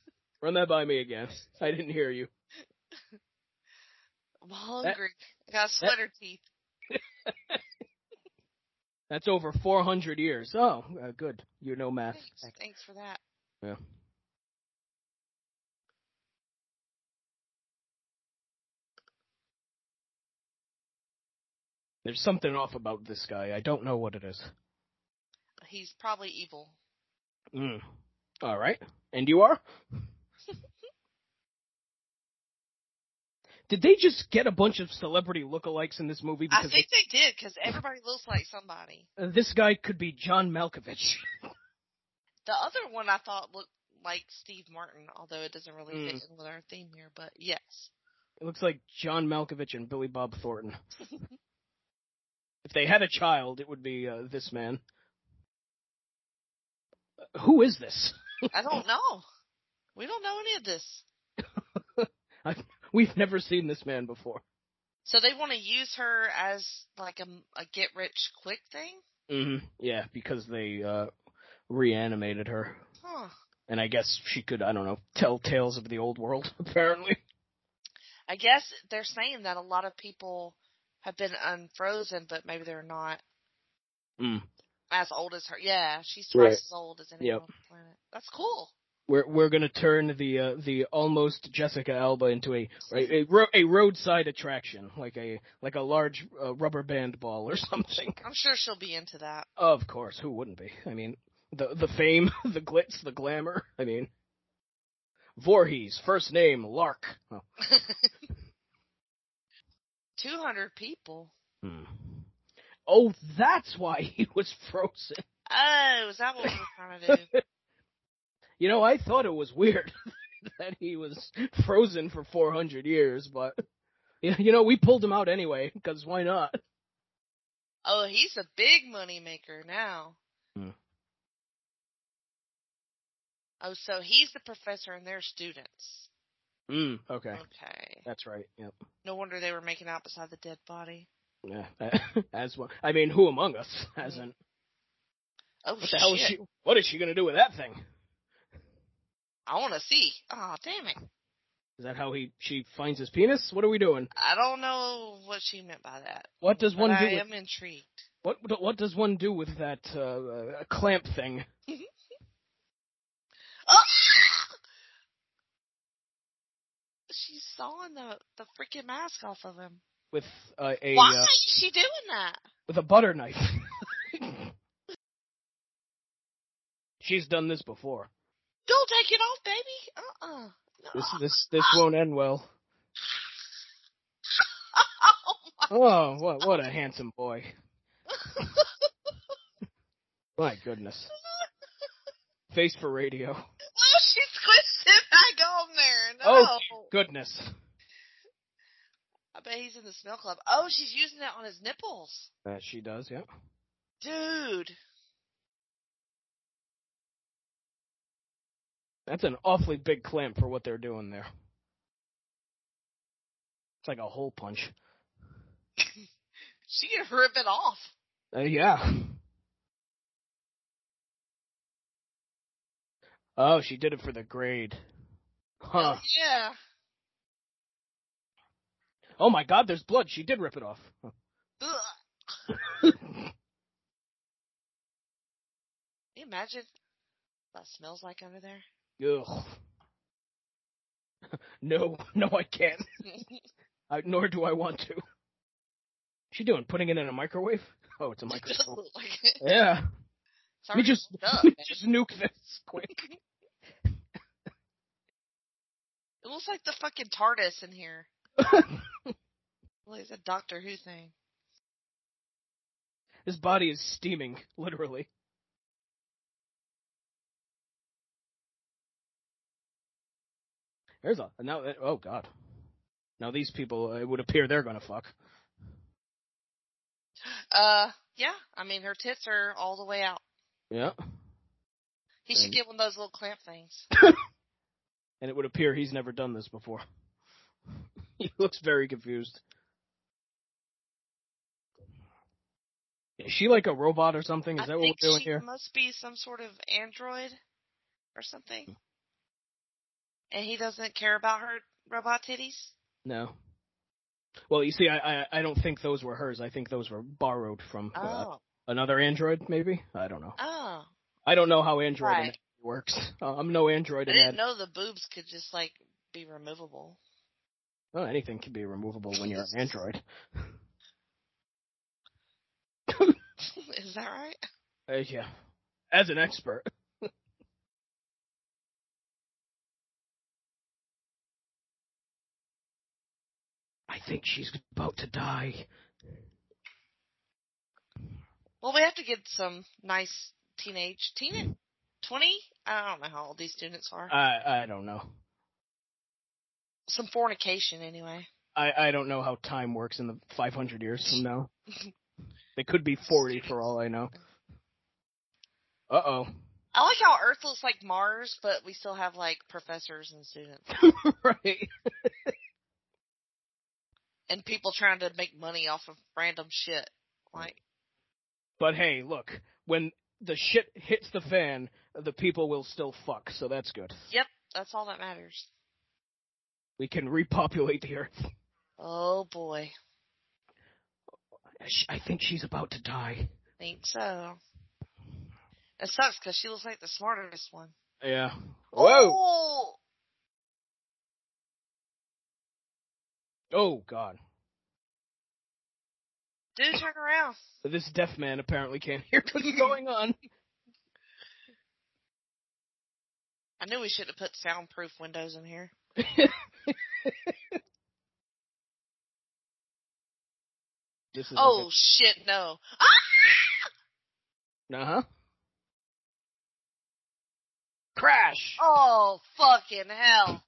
Speaker 6: (laughs) Run that by me again. I didn't hear you.
Speaker 5: I'm hungry. I got sweater teeth.
Speaker 6: That's over 400 years. Oh, uh, good. You know math.
Speaker 5: Thanks, thanks for that.
Speaker 6: Yeah. There's something off about this guy. I don't know what it is.
Speaker 5: He's probably evil.
Speaker 6: Mm. All right. And you are? (laughs) Did they just get a bunch of celebrity lookalikes in this movie?
Speaker 5: I
Speaker 6: Because
Speaker 5: think they did because everybody looks like somebody.
Speaker 6: uh, this guy could be John Malkovich. (laughs)
Speaker 5: The other one I thought looked like Steve Martin, although it doesn't really
Speaker 6: Mm.
Speaker 5: fit in with our theme here. But yes,
Speaker 6: It looks like John Malkovich and Billy Bob
Speaker 5: (laughs)
Speaker 6: Thornton. if they had a child, it would be uh, this man. Uh, Who is this? (laughs)
Speaker 5: I don't know. We don't know any of this.
Speaker 6: We've never seen this man before.
Speaker 5: So they want to use her as like a, a get rich quick thing,
Speaker 6: Mm-hmm. Yeah, because they uh, reanimated her.
Speaker 5: huh?
Speaker 6: And I guess she could, I don't know, tell tales of the old world, (laughs) apparently.
Speaker 5: I guess they're saying that a lot of people have been unfrozen, but maybe they're not
Speaker 6: Mm.
Speaker 5: as old as her. Yeah, she's twice
Speaker 6: Right.
Speaker 5: as old as anyone
Speaker 6: Yep.
Speaker 5: on the planet. That's cool.
Speaker 6: We're we're gonna turn the uh, the almost Jessica Alba into a a, a, ro- a roadside attraction, like a like a large uh, rubber band ball or (laughs) something.
Speaker 5: I'm sure she'll be into that.
Speaker 6: Of course, who wouldn't be? I mean, the the fame, (laughs) the glitz, the glamour. I mean, Voorhees, first name Lark. Oh.
Speaker 5: 200 people.
Speaker 6: Hmm. Oh, that's why he was frozen.
Speaker 5: Oh, is that what we we're trying to do?
Speaker 6: You know, I thought it was weird (laughs) that he was frozen for 400 years, but (laughs) yeah, you know, we pulled him out anyway because why not?
Speaker 5: Oh, he's a big money maker now.
Speaker 6: Hmm.
Speaker 5: Oh, so he's the professor and they're students.
Speaker 6: Mm, okay,
Speaker 5: Okay.
Speaker 6: that's right. Yep.
Speaker 5: No wonder they were making out beside the dead body.
Speaker 6: Yeah, as well. I mean, who among us hasn't?
Speaker 5: Oh,
Speaker 6: What the
Speaker 5: shit.
Speaker 6: hell is she? What is she gonna do with that thing?
Speaker 5: I want to see. Oh, damn it.
Speaker 6: Is that how he she finds his penis? What are we doing?
Speaker 5: I don't know what she meant by that.
Speaker 6: What does one
Speaker 5: but
Speaker 6: do?
Speaker 5: I
Speaker 6: with-
Speaker 5: am intrigued.
Speaker 6: What what does one do with that uh, uh, clamp thing?
Speaker 5: Oh! She's sawing the, the freaking mask off of him.
Speaker 6: With uh, a
Speaker 5: Why
Speaker 6: uh,
Speaker 5: is she doing that?
Speaker 6: with a butter knife. (laughs) She's done this before.
Speaker 5: Don't take it off, baby. Uh uh
Speaker 6: This this this won't end well.
Speaker 5: (laughs) Oh,
Speaker 6: Oh, what what a handsome boy!
Speaker 5: my.
Speaker 6: My goodness. Face for radio.
Speaker 5: oh, she squished it back on there. No.
Speaker 6: Oh, goodness.
Speaker 5: I bet he's in the smell club. Oh, she's using that on his nipples.
Speaker 6: That she does, yeah.
Speaker 5: Dude. (laughs)
Speaker 6: That's an awfully big clamp for what they're doing there. It's like a hole punch.
Speaker 5: She can rip it off.
Speaker 6: Uh, yeah. Oh, she did it for the grade. Huh.
Speaker 5: Hell Yeah.
Speaker 6: Oh my god, there's blood. She did rip it off.
Speaker 5: Ugh. Can you imagine what that smells like under there? (laughs)
Speaker 6: Ugh. (laughs) No, no, I can't. I, nor do I want to. She doing putting it in a microwave? Oh, it's a
Speaker 5: It does (laughs)
Speaker 6: microwave.
Speaker 5: look like it.
Speaker 6: Yeah. Let
Speaker 5: Sorry,
Speaker 6: me just
Speaker 5: up,
Speaker 6: (laughs) let me
Speaker 5: man.
Speaker 6: just nuke this quick.
Speaker 5: (laughs) It looks like the fucking TARDIS in here.
Speaker 6: (laughs)
Speaker 5: Like it's a Doctor Who thing.
Speaker 6: His body is steaming, literally. There's a now. that- Oh God! Now these people, it would appear they're gonna fuck.
Speaker 5: Uh, yeah. I mean, her tits are all the way out.
Speaker 6: Yeah.
Speaker 5: He
Speaker 6: And-
Speaker 5: should get one of those little clamp things.
Speaker 6: (clears throat) And it would appear he's never done this before. (laughs) he looks very confused. Is she like a robot or something? Is
Speaker 5: I
Speaker 6: that what
Speaker 5: think
Speaker 6: we're doing
Speaker 5: she
Speaker 6: here?
Speaker 5: must be some sort of android or something. And he doesn't care about her robot titties.
Speaker 6: No. Well, you see, I, I I don't think those were hers. I think those were borrowed from uh,
Speaker 5: Oh,
Speaker 6: another android, maybe. I don't know.
Speaker 5: oh!
Speaker 6: I don't know how android
Speaker 5: Right.
Speaker 6: anatomy works. (laughs) Uh, I'm no
Speaker 5: I
Speaker 6: android
Speaker 5: didn't
Speaker 6: anatomy.
Speaker 5: know the boobs could just like be removable. (laughs)
Speaker 6: Well, anything can be removable when you're an android.
Speaker 5: Is that right?
Speaker 6: Uh, yeah. As an expert. (laughs) I think she's about to die.
Speaker 5: Well, we have to get some nice teenage, teen, 20? I don't know how old these students are.
Speaker 6: I I don't know.
Speaker 5: some fornication, anyway.
Speaker 6: I I don't know how time works in the 500 years from now. they could be 40 for all I know. Uh
Speaker 5: I like how Earth looks like Mars, but we still have, like, professors and students.
Speaker 6: oh. (laughs) right.
Speaker 5: And people trying to make money off of random shit. Like,
Speaker 6: But hey, look, when the shit hits the fan, the people will still fuck, so that's good.
Speaker 5: yep, that's all that matters.
Speaker 6: We can repopulate the earth.
Speaker 5: Oh boy.
Speaker 6: Sh- I think she's about to die.
Speaker 5: Think so. It sucks because she looks like the smartest one.
Speaker 6: Yeah.
Speaker 5: Oh!
Speaker 6: Oh god.
Speaker 5: Dude, turn around.
Speaker 6: This deaf man apparently can't (laughs) hear
Speaker 5: (laughs)
Speaker 6: what's going on.
Speaker 5: I knew we should have put soundproof windows in here.
Speaker 6: This is
Speaker 5: Oh shit, no.
Speaker 6: Uh huh. Crash.
Speaker 5: Oh fucking hell.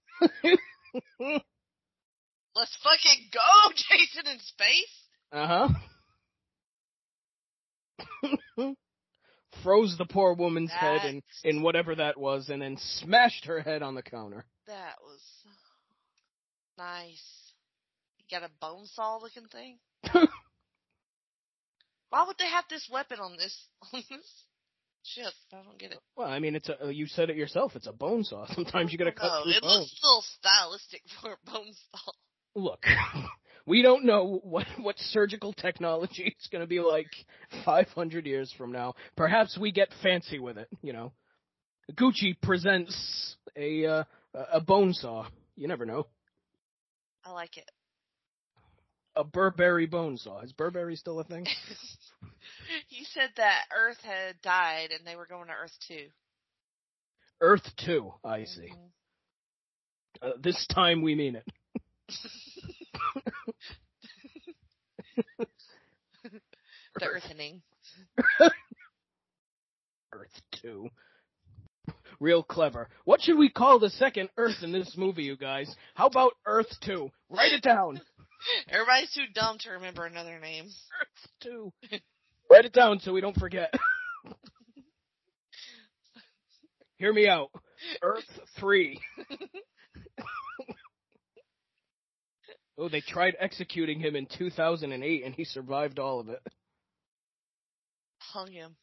Speaker 5: Let's fucking go, (laughs) Jason in space.
Speaker 6: Uh huh. (laughs) Froze the poor woman's head in,
Speaker 5: That's-
Speaker 6: in whatever that was, and then smashed her head on the counter.
Speaker 5: That was nice. You got a bone saw looking thing?
Speaker 6: (laughs)
Speaker 5: Why would they have this weapon on this (laughs) on this ship? I don't get it.
Speaker 6: Well, I mean, it's a you said it yourself. It's a bone saw. (laughs) Sometimes you gotta cut
Speaker 5: Oh,
Speaker 6: through
Speaker 5: it
Speaker 6: bone.
Speaker 5: looks a little stylistic (laughs) for a bone saw.
Speaker 6: Look, (laughs) we don't know what what surgical technology is gonna be like 500 years from now. Perhaps we get fancy with it. You know, Gucci presents a uh, a bone saw. You never know.
Speaker 5: I like it.
Speaker 6: a Burberry bone saw. Is Burberry still
Speaker 5: (laughs)
Speaker 6: a thing? Hmm.
Speaker 5: you said that Earth had died and they were going to Earth too. Mm-hmm.
Speaker 6: Earth 2, I see. Uh, this time we mean it. (laughs)
Speaker 5: The Earthening.
Speaker 6: Earth 2. Real clever. What should we call the second Earth in this movie, you guys? How about Earth 2? Write it down.
Speaker 5: Everybody's too dumb to remember another name.
Speaker 6: Earth 2. Write it down so we don't forget. Hear me out. Earth 3. oh, they tried executing him in 2008 and he survived all of it.
Speaker 5: Hung him.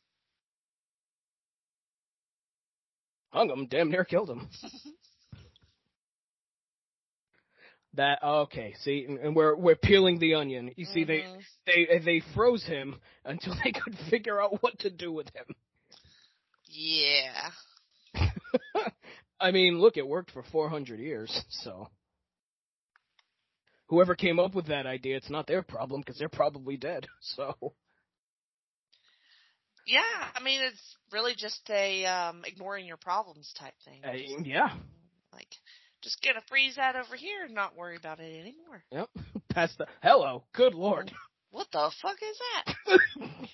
Speaker 6: hung him, damn near killed him. that okay, see, and, and we're we're peeling the onion. You see, they
Speaker 5: Mhm.
Speaker 6: they they froze him until they (laughs) could figure out what to do with him.
Speaker 5: Yeah.
Speaker 6: I mean, look, it worked for 400 years, so. Whoever came up with that idea, it's not their problem because they're probably dead. (laughs) So,
Speaker 5: Yeah, I mean it's really just a um ignoring your problems type thing.
Speaker 6: uh, yeah. (laughs)
Speaker 5: Like just gonna freeze that over here and not worry about it anymore.
Speaker 6: Yep. Pass the. Hello. Good lord.
Speaker 5: What the fuck is that?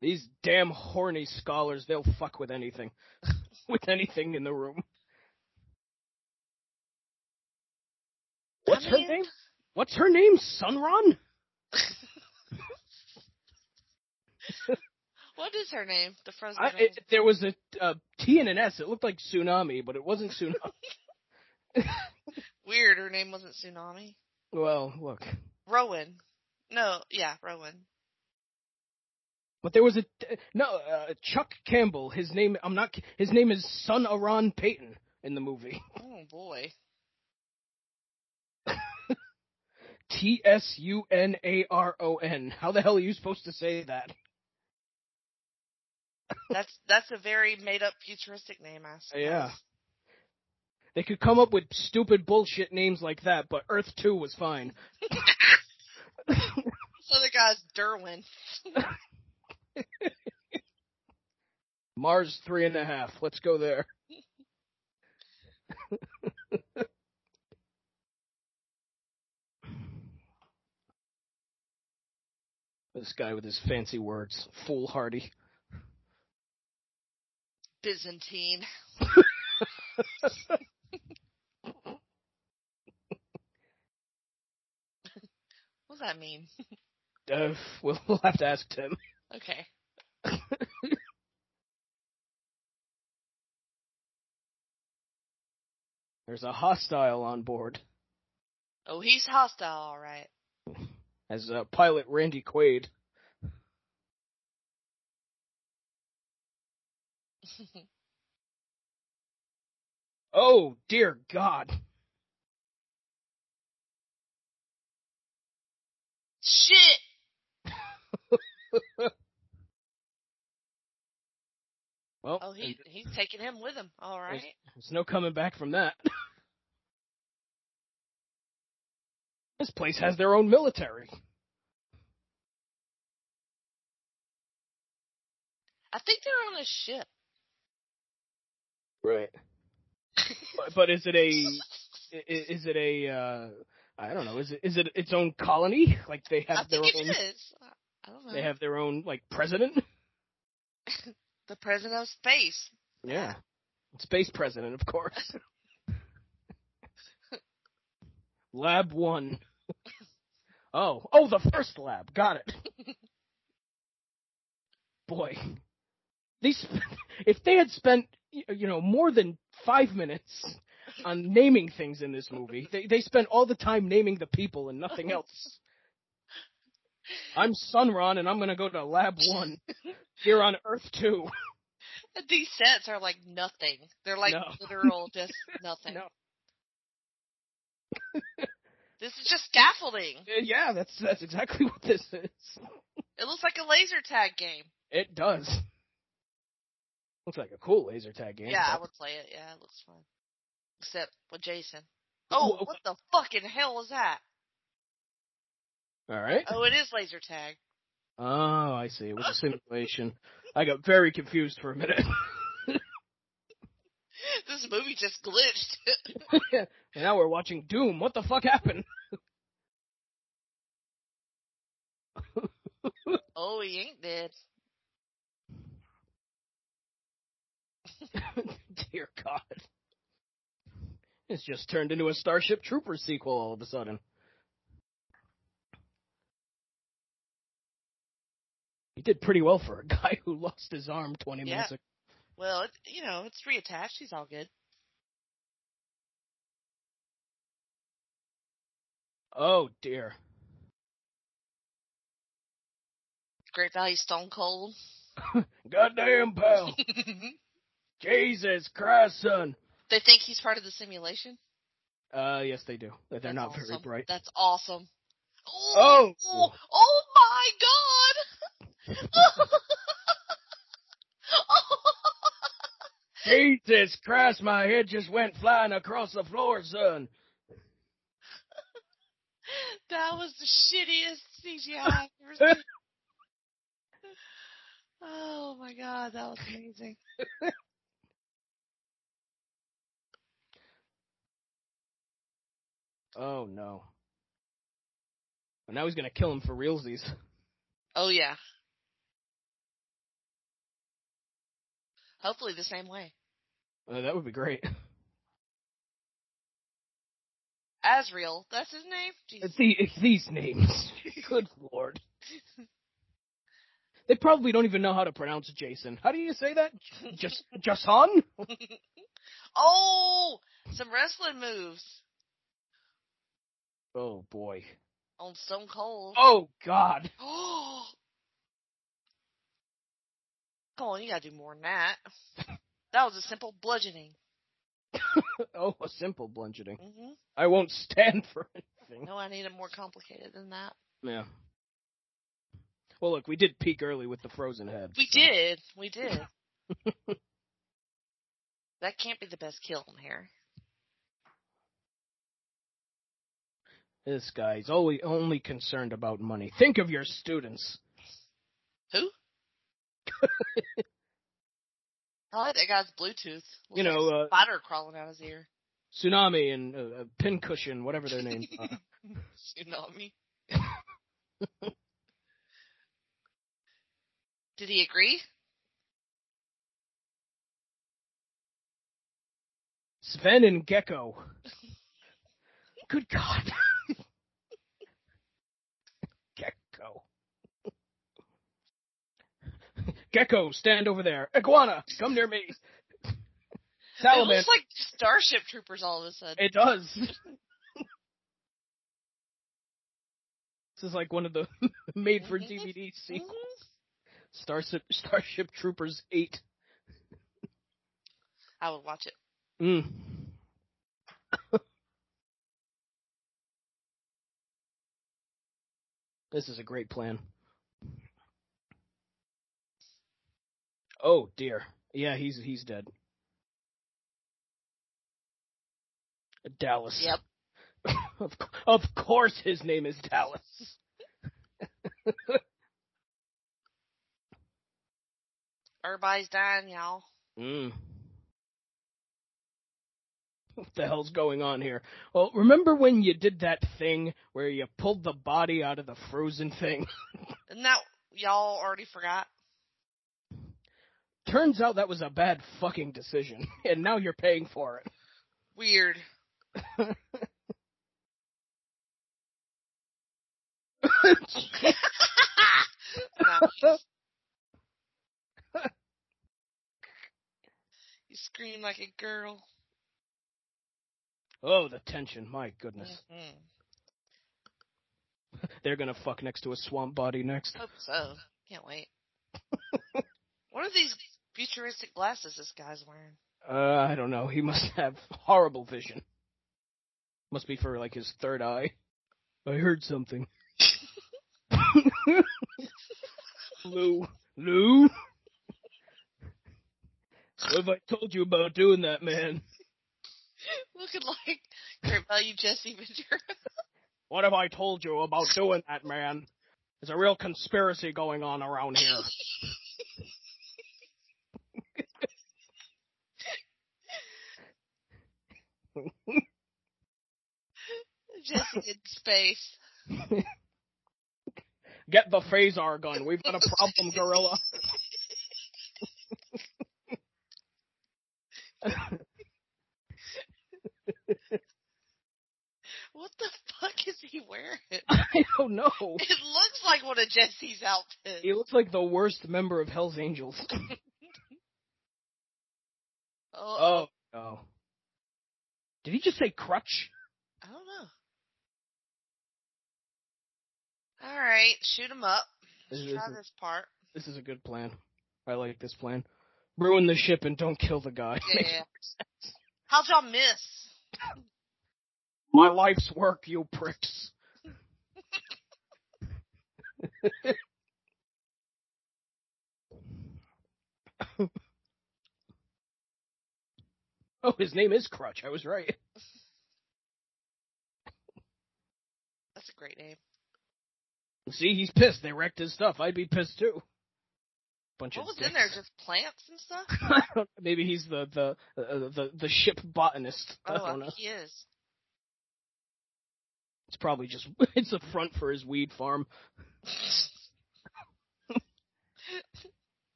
Speaker 6: These damn horny scholars, they'll fuck with anything. (laughs) with anything in the room. What's her
Speaker 5: mean-
Speaker 6: name? What's her name? Sunron?
Speaker 5: What is her name? The frozen.
Speaker 6: I,
Speaker 5: girl?
Speaker 6: it, there was a uh, T and an S. It looked like Tsunami, but it wasn't Tsunami.
Speaker 5: Weird. Her name wasn't Tsunami.
Speaker 6: well, look.
Speaker 5: Rowan. No, yeah, Rowan.
Speaker 6: But there was a no uh, Chuck Campbell. His name I'm not. His name is Sun Aron Payton in the movie.
Speaker 5: Oh boy.
Speaker 6: T S U N A R O N. How the hell are you supposed to say that?
Speaker 5: That's that's a very made up futuristic name, I suppose.
Speaker 6: Yeah. They could come up with stupid bullshit names like that, but Earth 2 was fine.
Speaker 5: other guy's Derwin. (laughs)
Speaker 6: Mars three and a half. Let's go there. (laughs) this guy with his fancy words, foolhardy. (laughs)
Speaker 5: Byzantine. what does that mean?
Speaker 6: Uh, we'll, we'll (laughs) have to ask Tim.
Speaker 5: Okay.
Speaker 6: There's a hostile on board.
Speaker 5: Oh, he's hostile, all right.
Speaker 6: as uh, pilot Randy Quaid. (laughs) oh dear God!
Speaker 5: Shit!
Speaker 6: Well,
Speaker 5: Oh, he he's taking him with him. All right.
Speaker 6: there's no coming back from that. (laughs) this place has their own military.
Speaker 5: I think they're on a ship.
Speaker 6: Right. (laughs) but, but is it a i- is it a uh, I don't know is it is it its own colony like they
Speaker 5: I
Speaker 6: have their
Speaker 5: think it
Speaker 6: own
Speaker 5: is. I don't know.
Speaker 6: they have their own like president?
Speaker 5: the president of space.
Speaker 6: Yeah. Space president, of course. lab one. Oh, oh, the first lab. Got it. Boy, these. If they had spent, y- you know, more than five minutes on naming things in this movie, they they spent all the time naming the people and nothing else. I'm Sunron, and I'm gonna go to Lab One here on Earth Two.
Speaker 5: These sets are like nothing. They're like
Speaker 6: No. (laughs)
Speaker 5: literal just nothing.
Speaker 6: No.
Speaker 5: This is just scaffolding.
Speaker 6: Uh, Yeah, that's that's exactly (laughs) what this is.
Speaker 5: It looks like a laser tag game.
Speaker 6: It does. Looks like a cool laser tag game.
Speaker 5: Yeah, I would play it. Yeah, it looks fun. Except with Jason.
Speaker 6: Oh,
Speaker 5: Oh, what the fucking hell was that?
Speaker 6: all right.
Speaker 5: Oh, it is laser tag. (laughs)
Speaker 6: Oh, I see. It was a simulation. I got very confused for a minute, (laughs)
Speaker 5: This movie just glitched. (laughs)
Speaker 6: and now we're watching Doom. What the fuck happened? (laughs)
Speaker 5: oh, he ain't dead.
Speaker 6: Dear God, it's just turned into a Starship Troopers sequel all of a sudden. He did pretty well for a (laughs) guy who lost his arm 20
Speaker 5: Yeah.
Speaker 6: minutes ago.
Speaker 5: Well, it, you know, it's reattached. He's all good.
Speaker 6: Oh dear.
Speaker 5: Great value, Stone Cold. (laughs)
Speaker 6: Goddamn pal.
Speaker 5: they
Speaker 6: Jesus Christ, son.
Speaker 5: think he's part of the simulation.
Speaker 6: Uh, yes, they do. They're
Speaker 5: That's
Speaker 6: not very
Speaker 5: awesome.
Speaker 6: bright.
Speaker 5: That's awesome.
Speaker 6: Oh!
Speaker 5: oh, oh my god! (laughs)
Speaker 6: Jesus Christ, my head just went flying across the floor, son.
Speaker 5: that was the shittiest CGI I've ever
Speaker 6: (laughs)
Speaker 5: seen. Oh my god, that was amazing.
Speaker 6: Oh no. And now he's gonna kill him for realsies.
Speaker 5: Oh yeah. Hopefully the same way.
Speaker 6: Uh, that would
Speaker 5: (laughs)
Speaker 6: be great.
Speaker 5: Asriel, that's his name? Jesus.
Speaker 6: It's, the, it's these names. (laughs) Good lord. They probably don't even know how to pronounce Jason. How do you say
Speaker 5: (laughs)
Speaker 6: that? Just, Jason?
Speaker 5: Oh! Some wrestling moves
Speaker 6: Oh boy.
Speaker 5: on Stone Cold.
Speaker 6: Oh god. (laughs)
Speaker 5: (gasps) Oh! Come on, you gotta do more than that. That was a simple bludgeoning.
Speaker 6: Oh, a simple bludgeoning.
Speaker 5: hmm
Speaker 6: I won't stand (laughs) for anything.
Speaker 5: No, I need it more complicated than that.
Speaker 6: Yeah. Well, look, we did peak early with the frozen head.
Speaker 5: We
Speaker 6: so-
Speaker 5: did. We did.
Speaker 6: (laughs)
Speaker 5: that can't be the best kill in here.
Speaker 6: This guy's only only concerned about money. Think of your students.
Speaker 5: Who? I like that guy's Bluetooth.
Speaker 6: You
Speaker 5: Looks
Speaker 6: know,
Speaker 5: like a
Speaker 6: uh,
Speaker 5: spider crawling out his ear.
Speaker 6: Tsunami and uh, uh, Pincushion, whatever their uh, names
Speaker 5: (laughs)
Speaker 6: are.
Speaker 5: Tsunami.
Speaker 6: (laughs)
Speaker 5: Did he agree?
Speaker 6: Sven and Gecko. Good God. (laughs) Gecko. Gecko, stand over there. Iguana, come near me.
Speaker 5: It
Speaker 6: Salamander.
Speaker 5: looks like Starship Troopers all of a sudden.
Speaker 6: It does. (laughs) this is like one of the (laughs) made for DVD sequels.
Speaker 5: Mhm.
Speaker 6: Starship Starship Troopers 8.
Speaker 5: I would watch it.
Speaker 6: Mm. (laughs) this is a great plan. Oh dear. Yeah, he's he's dead. Dallas.
Speaker 5: Yep.
Speaker 6: (laughs) of, c- of course his name is Dallas.
Speaker 5: Everybody's dying, y'all.
Speaker 6: Mm. What the hell's going on here? Well, remember when you did that thing where you pulled the body out of the frozen thing? (laughs)
Speaker 5: And that y'all already forgot.
Speaker 6: Turns out that was a bad fucking decision, (laughs) and now you're paying for it.
Speaker 5: Weird. (laughs) Nice. you scream like a girl.
Speaker 6: oh, the tension, my goodness.
Speaker 5: Mhm.
Speaker 6: They're gonna fuck next to a swamp body next.
Speaker 5: Hope so. Can't wait. what are these futuristic glasses this guy's wearing? (laughs)
Speaker 6: Uh, I don't know, he must (laughs) have horrible vision. Must be for, like, his third eye. I heard something. (laughs) Lou. Lou? What have I told you about doing that, man?
Speaker 5: Looking like Great Value Jesse (laughs) Ventura.
Speaker 6: What have I told you about doing that, man? There's a real conspiracy going on around here.
Speaker 5: Jesse in space.
Speaker 6: Get the phaser gun. We've got a problem, gorilla. (laughs)
Speaker 5: What the (laughs) fuck is he wearing? (laughs) It
Speaker 6: I don't know.
Speaker 5: looks like one of Jesse's outfits.
Speaker 6: He looks like the worst member of Hell's Angels.
Speaker 5: Oh,
Speaker 6: Oh. Oh. Did he just say crutch?
Speaker 5: I don't know. All right, shoot him up.
Speaker 6: This
Speaker 5: Let's
Speaker 6: is,
Speaker 5: try this part.
Speaker 6: (laughs) this is a good plan. I like this plan. Ruin the ship and don't kill the guy.
Speaker 5: Yeah. How'd y'all miss?
Speaker 6: My life's work, you
Speaker 5: (laughs)
Speaker 6: pricks. oh, his name is Crutch. I was right.
Speaker 5: That's a great name.
Speaker 6: See, he's pissed. They wrecked his stuff. I'd be pissed too. Bunch
Speaker 5: What
Speaker 6: of
Speaker 5: was
Speaker 6: dicks.
Speaker 5: in there? Just plants and stuff?
Speaker 6: I don't- Maybe he's the the uh, the the ship botanist.
Speaker 5: Oh,
Speaker 6: (laughs) I
Speaker 5: I
Speaker 6: don't know.
Speaker 5: think he is.
Speaker 6: It's probably just (laughs) it's a front for his weed farm.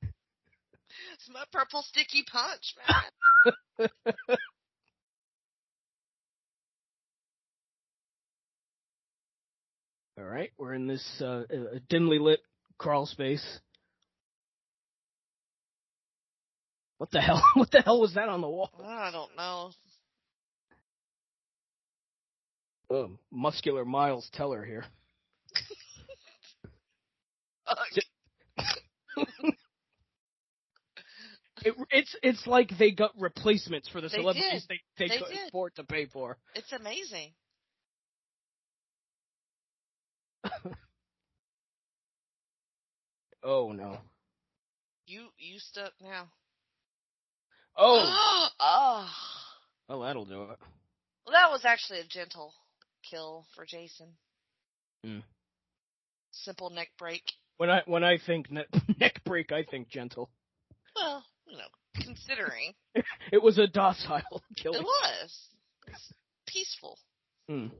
Speaker 5: It's my purple sticky punch,
Speaker 6: (laughs)
Speaker 5: man.
Speaker 6: All right, we're in this uh, uh, dimly lit crawl space. What the hell? (laughs) What the hell was that on the wall?
Speaker 5: I don't know.
Speaker 6: Oh, muscular Miles Teller
Speaker 5: (laughs)
Speaker 6: here.
Speaker 5: Uh,
Speaker 6: It, it's it's like they got replacements for the
Speaker 5: They
Speaker 6: celebrities
Speaker 5: did.
Speaker 6: they they,
Speaker 5: They
Speaker 6: couldn't
Speaker 5: did.
Speaker 6: afford to pay for.
Speaker 5: it's amazing.
Speaker 6: Oh no.
Speaker 5: You you stuck now.
Speaker 6: Oh,
Speaker 5: oh. (gasps)
Speaker 6: oh, that'll do it.
Speaker 5: Ah. Well, that was actually a gentle kill for Jason.
Speaker 6: Mm.
Speaker 5: Simple neck break.
Speaker 6: When I when I think ne- (laughs) neck break, I think gentle.
Speaker 5: Well, you know,
Speaker 6: (laughs)
Speaker 5: considering
Speaker 6: It was a docile (laughs)
Speaker 5: it
Speaker 6: killing.
Speaker 5: was It's peaceful.
Speaker 6: Mm.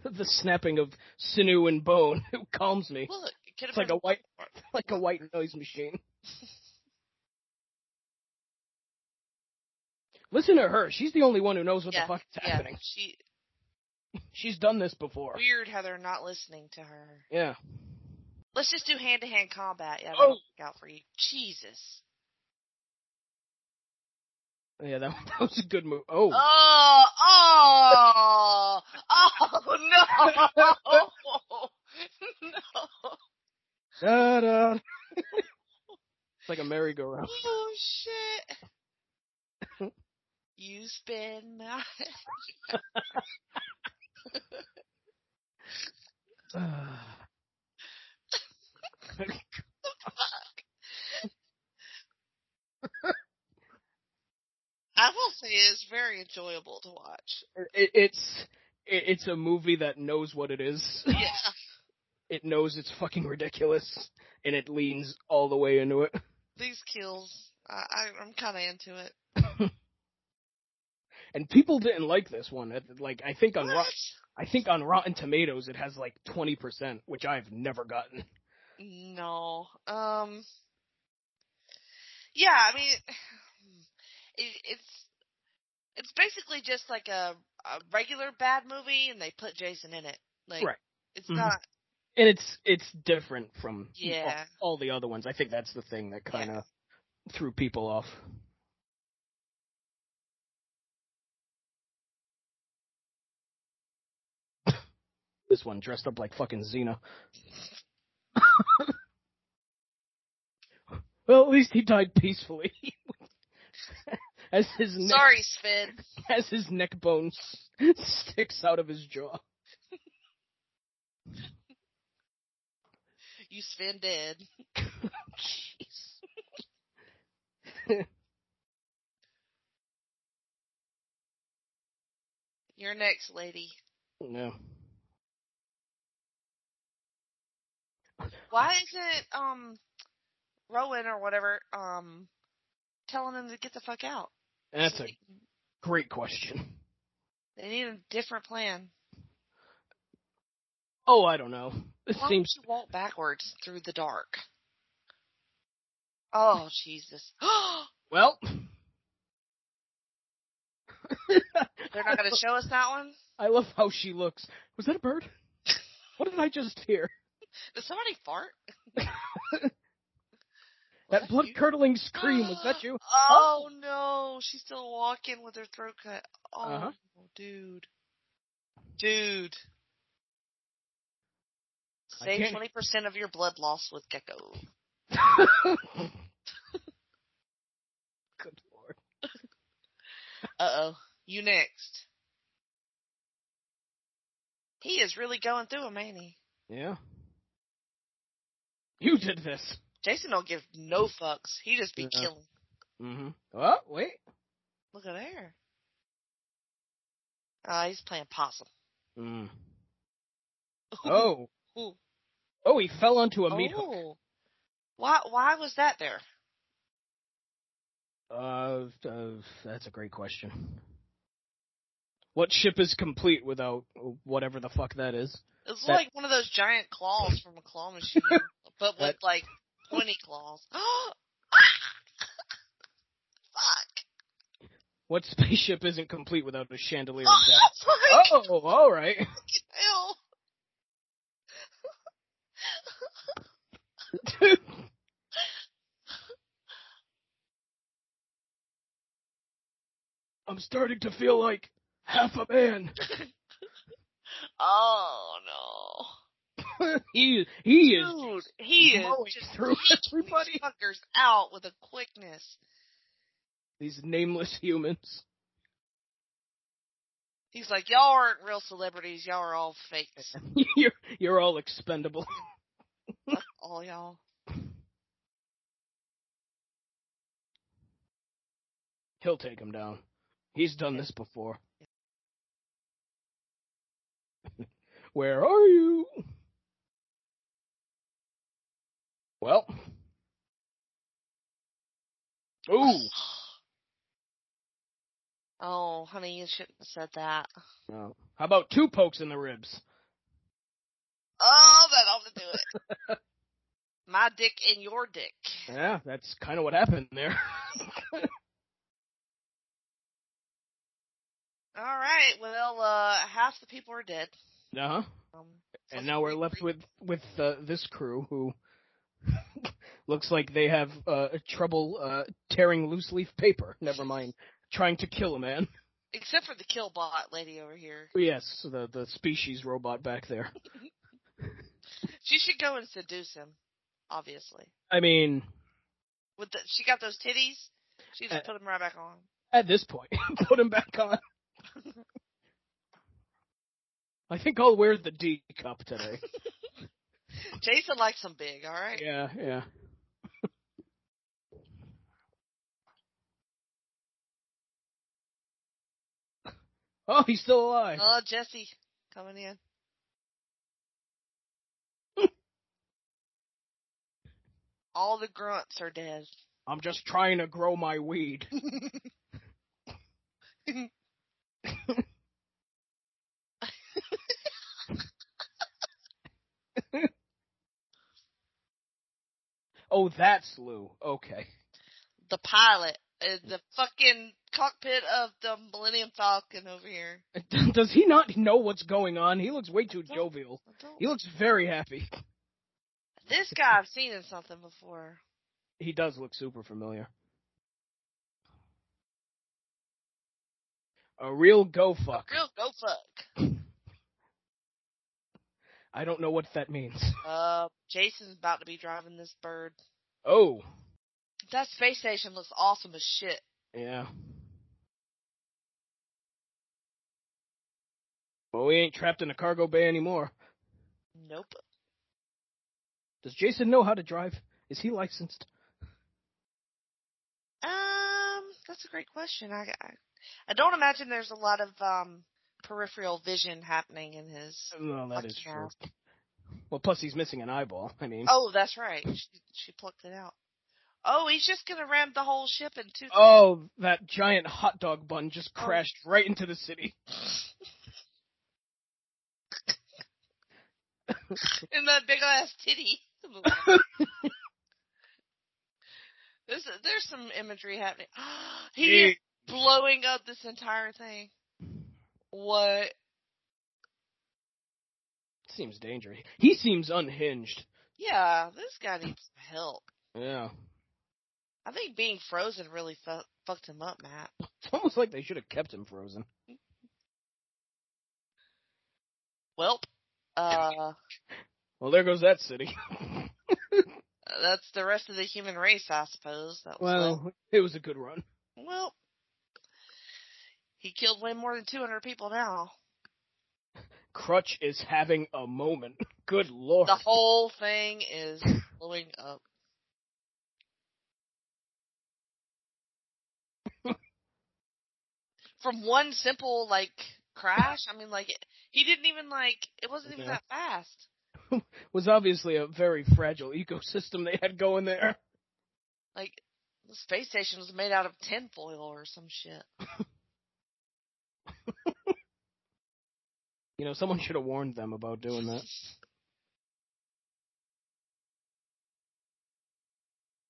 Speaker 6: (laughs) the snapping of sinew and bone (laughs) it calms me.
Speaker 5: Look, it could have
Speaker 6: It's like
Speaker 5: been
Speaker 6: a white (laughs) like a white noise machine. (laughs) Listen to her. She's the only one who knows what
Speaker 5: yeah,
Speaker 6: the fuck's
Speaker 5: yeah.
Speaker 6: happening.
Speaker 5: She
Speaker 6: She's done this before.
Speaker 5: weird how they're not listening to her.
Speaker 6: Yeah.
Speaker 5: Let's just do hand to hand combat. Yeah,
Speaker 6: Oh.
Speaker 5: that'll work out for you. Jesus.
Speaker 6: Yeah, that, (laughs) that was a good move. Oh.
Speaker 5: Oh, oh, oh (laughs) no,
Speaker 6: (laughs)
Speaker 5: no.
Speaker 6: Da, da. it's like a merry-go-round.
Speaker 5: Oh shit. You spin my I will say it's very enjoyable to watch.
Speaker 6: (sighs) it, it's it, it's a movie that knows what it is.
Speaker 5: Yeah.
Speaker 6: It knows it's fucking ridiculous, and it leans all the way into it.
Speaker 5: These kills, I, I, I'm kind of into it.
Speaker 6: And people didn't like this one. It- Like I think on
Speaker 5: What?
Speaker 6: Rot- I think on Rotten Tomatoes it has like twenty percent, which I've never gotten.
Speaker 5: No. Um. Yeah, I mean, it, it's it's basically just like a, a regular bad movie, and they put Jason in it. Like,
Speaker 6: Right.
Speaker 5: It's
Speaker 6: Mhm.
Speaker 5: not.
Speaker 6: And it's it's different from
Speaker 5: Yeah.
Speaker 6: all, all the other ones. I think that's the thing that kind of threw people off. (laughs) this one dressed up like fucking Xena. (laughs) well, at least he died peacefully. (laughs) as his neck,
Speaker 5: Sorry, Sven.
Speaker 6: as his neck bone s- (laughs) sticks out of his jaw.
Speaker 5: (laughs) You Sven did.
Speaker 6: Jeez.
Speaker 5: You're next, lady.
Speaker 6: No.
Speaker 5: Why isn't um Rowan or whatever um telling him to get the fuck out?
Speaker 6: That's a great question.
Speaker 5: They need a different plan.
Speaker 6: Oh, I don't know. It
Speaker 5: Why
Speaker 6: seems
Speaker 5: would you walk backwards through the dark? Oh Jesus! (gasps)
Speaker 6: well.
Speaker 5: They're not going to show us that one.
Speaker 6: (laughs) I love how she looks. Was that
Speaker 5: (laughs)
Speaker 6: a bird? What did I just hear?
Speaker 5: Did somebody
Speaker 6: (laughs)
Speaker 5: fart? Was
Speaker 6: That blood
Speaker 5: you? (gasps)
Speaker 6: curdling scream. Was
Speaker 5: (laughs)
Speaker 6: that you?
Speaker 5: Oh no, she's still walking with her throat cut. Oh,
Speaker 6: Uh-huh.
Speaker 5: dude, dude.
Speaker 6: I
Speaker 5: Save
Speaker 6: can't-
Speaker 5: twenty percent of your blood loss with Gecko.
Speaker 6: Good lord.
Speaker 5: Uh oh, you next. He is really going through him, ain't he?
Speaker 6: Yeah. You did this.
Speaker 5: Jason don't give no fucks. He just be
Speaker 6: Yeah.
Speaker 5: killing.
Speaker 6: Mm-hmm. Oh wait.
Speaker 5: Look at there. Ah, he's playing possum. (laughs)
Speaker 6: Mm. Oh.
Speaker 5: Ooh.
Speaker 6: Oh, he fell onto a meat hook.
Speaker 5: Oh. Why? Why was that there?
Speaker 6: Uh, uh, that's a great question. What ship is complete without whatever the fuck that is?
Speaker 5: It's
Speaker 6: That-
Speaker 5: like one of those giant claws from a claw
Speaker 6: (laughs)
Speaker 5: machine, but with
Speaker 6: That-
Speaker 5: like pointy claws. (gasps) Fuck.
Speaker 6: What (laughs) spaceship isn't complete without a chandelier
Speaker 5: (gasps) Oh,
Speaker 6: of death?
Speaker 5: fuck.
Speaker 6: Oh, all right. (laughs) Oh!
Speaker 5: Ew.
Speaker 6: I'm starting to feel like half a man. (laughs)
Speaker 5: Oh
Speaker 6: he he
Speaker 5: no,
Speaker 6: is
Speaker 5: dude, he is
Speaker 6: mowing
Speaker 5: just
Speaker 6: (laughs) through
Speaker 5: taking
Speaker 6: everybody.
Speaker 5: these fuckers out with a quickness.
Speaker 6: These nameless humans. (laughs)
Speaker 5: He's like, y'all aren't real celebrities, y'all are all
Speaker 6: (laughs)
Speaker 5: fakes,
Speaker 6: you're you're all expendable.
Speaker 5: all y'all.
Speaker 6: He'll take him down. He's done this before. (laughs) Where are you? Well. Ooh.
Speaker 5: (sighs) Oh, honey, you shouldn't have said that.
Speaker 6: No. How about two pokes in the ribs?
Speaker 5: Oh, that ought to do it.
Speaker 6: (laughs)
Speaker 5: My dick and your dick.
Speaker 6: Yeah, that's kind of what happened there. (laughs)
Speaker 5: All right. Well, uh, half the people are dead.
Speaker 6: uh huh.
Speaker 5: Um, so
Speaker 6: And now we're left with with uh, this crew who (laughs) looks like they have uh, trouble uh, tearing loose leaf paper. Never mind trying to kill a man.
Speaker 5: except for the kill bot lady over here.
Speaker 6: Yes, the the species robot back there.
Speaker 5: She should go and seduce him, obviously.
Speaker 6: I mean,
Speaker 5: With the, she got those titties. She just
Speaker 6: Uh,
Speaker 5: put them right back on.
Speaker 6: at this point, (laughs) put him back on. I think I'll wear the D cup today.
Speaker 5: Jason likes them big. All right.
Speaker 6: Yeah, yeah. oh, he's still alive.
Speaker 5: Oh, Jesse coming in.
Speaker 6: (laughs)
Speaker 5: All the grunts are dead.
Speaker 6: I'm just trying to grow my weed. (laughs) oh, that's Lou. Okay. (laughs)
Speaker 5: The pilot is the fucking cockpit of the Millennium Falcon over here.
Speaker 6: Does he not know what's going on? He looks way too jovial.
Speaker 5: I don't-
Speaker 6: He looks very happy.
Speaker 5: This guy I've seen in something before.
Speaker 6: He does look super familiar. A real go fuck.
Speaker 5: Real go fuck.
Speaker 6: I don't know what that means.
Speaker 5: Uh, Jason's about to be driving this bird.
Speaker 6: Oh,
Speaker 5: That space station looks awesome as shit.
Speaker 6: yeah. Well, we ain't trapped in a cargo bay anymore.
Speaker 5: Nope.
Speaker 6: Does Jason know how to drive? Is he licensed?
Speaker 5: Um, that's a great question. I, I, I don't imagine there's a lot of um peripheral vision happening in his.
Speaker 6: No, that
Speaker 5: Fuck
Speaker 6: is
Speaker 5: yeah.
Speaker 6: true. Well, plus he's missing an eyeball. I mean,
Speaker 5: Oh, that's right. She, she plucked it out. Oh, he's just gonna ram the whole ship in two.
Speaker 6: Oh, that giant hot dog bun just
Speaker 5: Oh.
Speaker 6: crashed right into the city.
Speaker 5: in that big ass titty. (laughs) This is- there's some imagery happening. (gasps) he is blowing up this entire thing. What?
Speaker 6: Seems dangerous. He seems unhinged.
Speaker 5: Yeah, this guy needs some help.
Speaker 6: Yeah.
Speaker 5: I think being frozen really fu- fucked him up, Matt.
Speaker 6: It's almost like they should have kept him frozen.
Speaker 5: Welp. Uh,
Speaker 6: Well, there goes that city. (laughs)
Speaker 5: that's the rest of the human race, I suppose. That was Welp.
Speaker 6: well, it was a good run.
Speaker 5: Welp. He killed way more than 200 people now.
Speaker 6: Crutch is having a moment. Good lord.
Speaker 5: The whole thing
Speaker 6: (laughs)
Speaker 5: is blowing up. From one simple like crash, I mean, like he didn't even like it wasn't even
Speaker 6: Yeah.
Speaker 5: that fast.
Speaker 6: was obviously a very fragile ecosystem they had going there.
Speaker 5: Like the space station was made out of tinfoil or some shit.
Speaker 6: You know, someone should have warned them about doing that.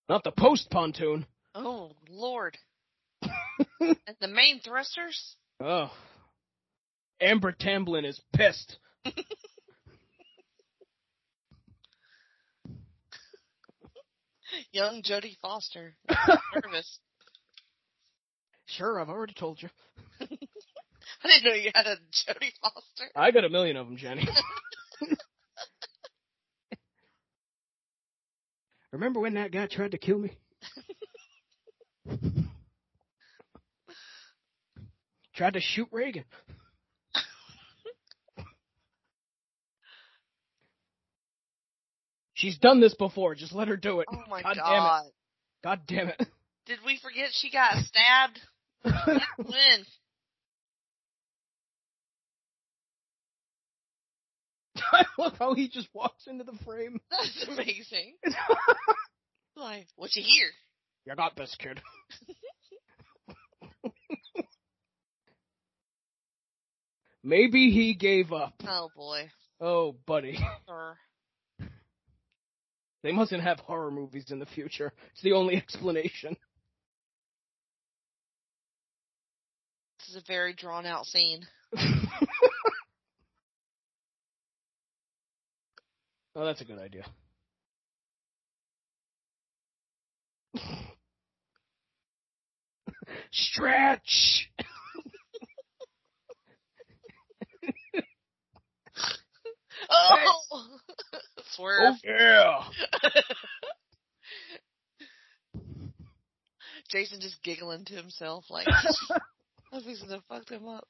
Speaker 6: Not the post pontoon.
Speaker 5: Oh lord!
Speaker 6: (laughs)
Speaker 5: and the main thrusters.
Speaker 6: Oh. Amber Tamblyn is pissed.
Speaker 5: Young Jodie
Speaker 6: (laughs)
Speaker 5: Foster. Nervous.
Speaker 6: Sure, I've already told you.
Speaker 5: I didn't know you had a Jodie Foster.
Speaker 6: I got a million of them, Jenny. (laughs) Remember when that guy tried to kill me? (laughs) tried to shoot Reagan. (laughs) She's done this before. Just let her do it.
Speaker 5: Oh my
Speaker 6: God
Speaker 5: god!
Speaker 6: damn it. God damn it. (laughs)
Speaker 5: Did we forget she got stabbed? When (laughs)
Speaker 6: I love how he just walks into the frame. (laughs)
Speaker 5: That's amazing. like, what you hear?
Speaker 6: You got this, kid. (laughs) Maybe he gave up.
Speaker 5: Oh boy.
Speaker 6: Oh, buddy. (laughs)
Speaker 5: Or
Speaker 6: They mustn't have horror movies in the future. It's the only (laughs) explanation.
Speaker 5: this is a very drawn out
Speaker 6: (laughs)
Speaker 5: scene.
Speaker 6: oh, Oh, that's a good idea. (laughs) Stretch!
Speaker 5: Oh, (laughs) swerve.
Speaker 6: Oh, yeah!
Speaker 5: Jason just giggling to himself,
Speaker 6: (laughs)
Speaker 5: like, I was gonna fuck him up.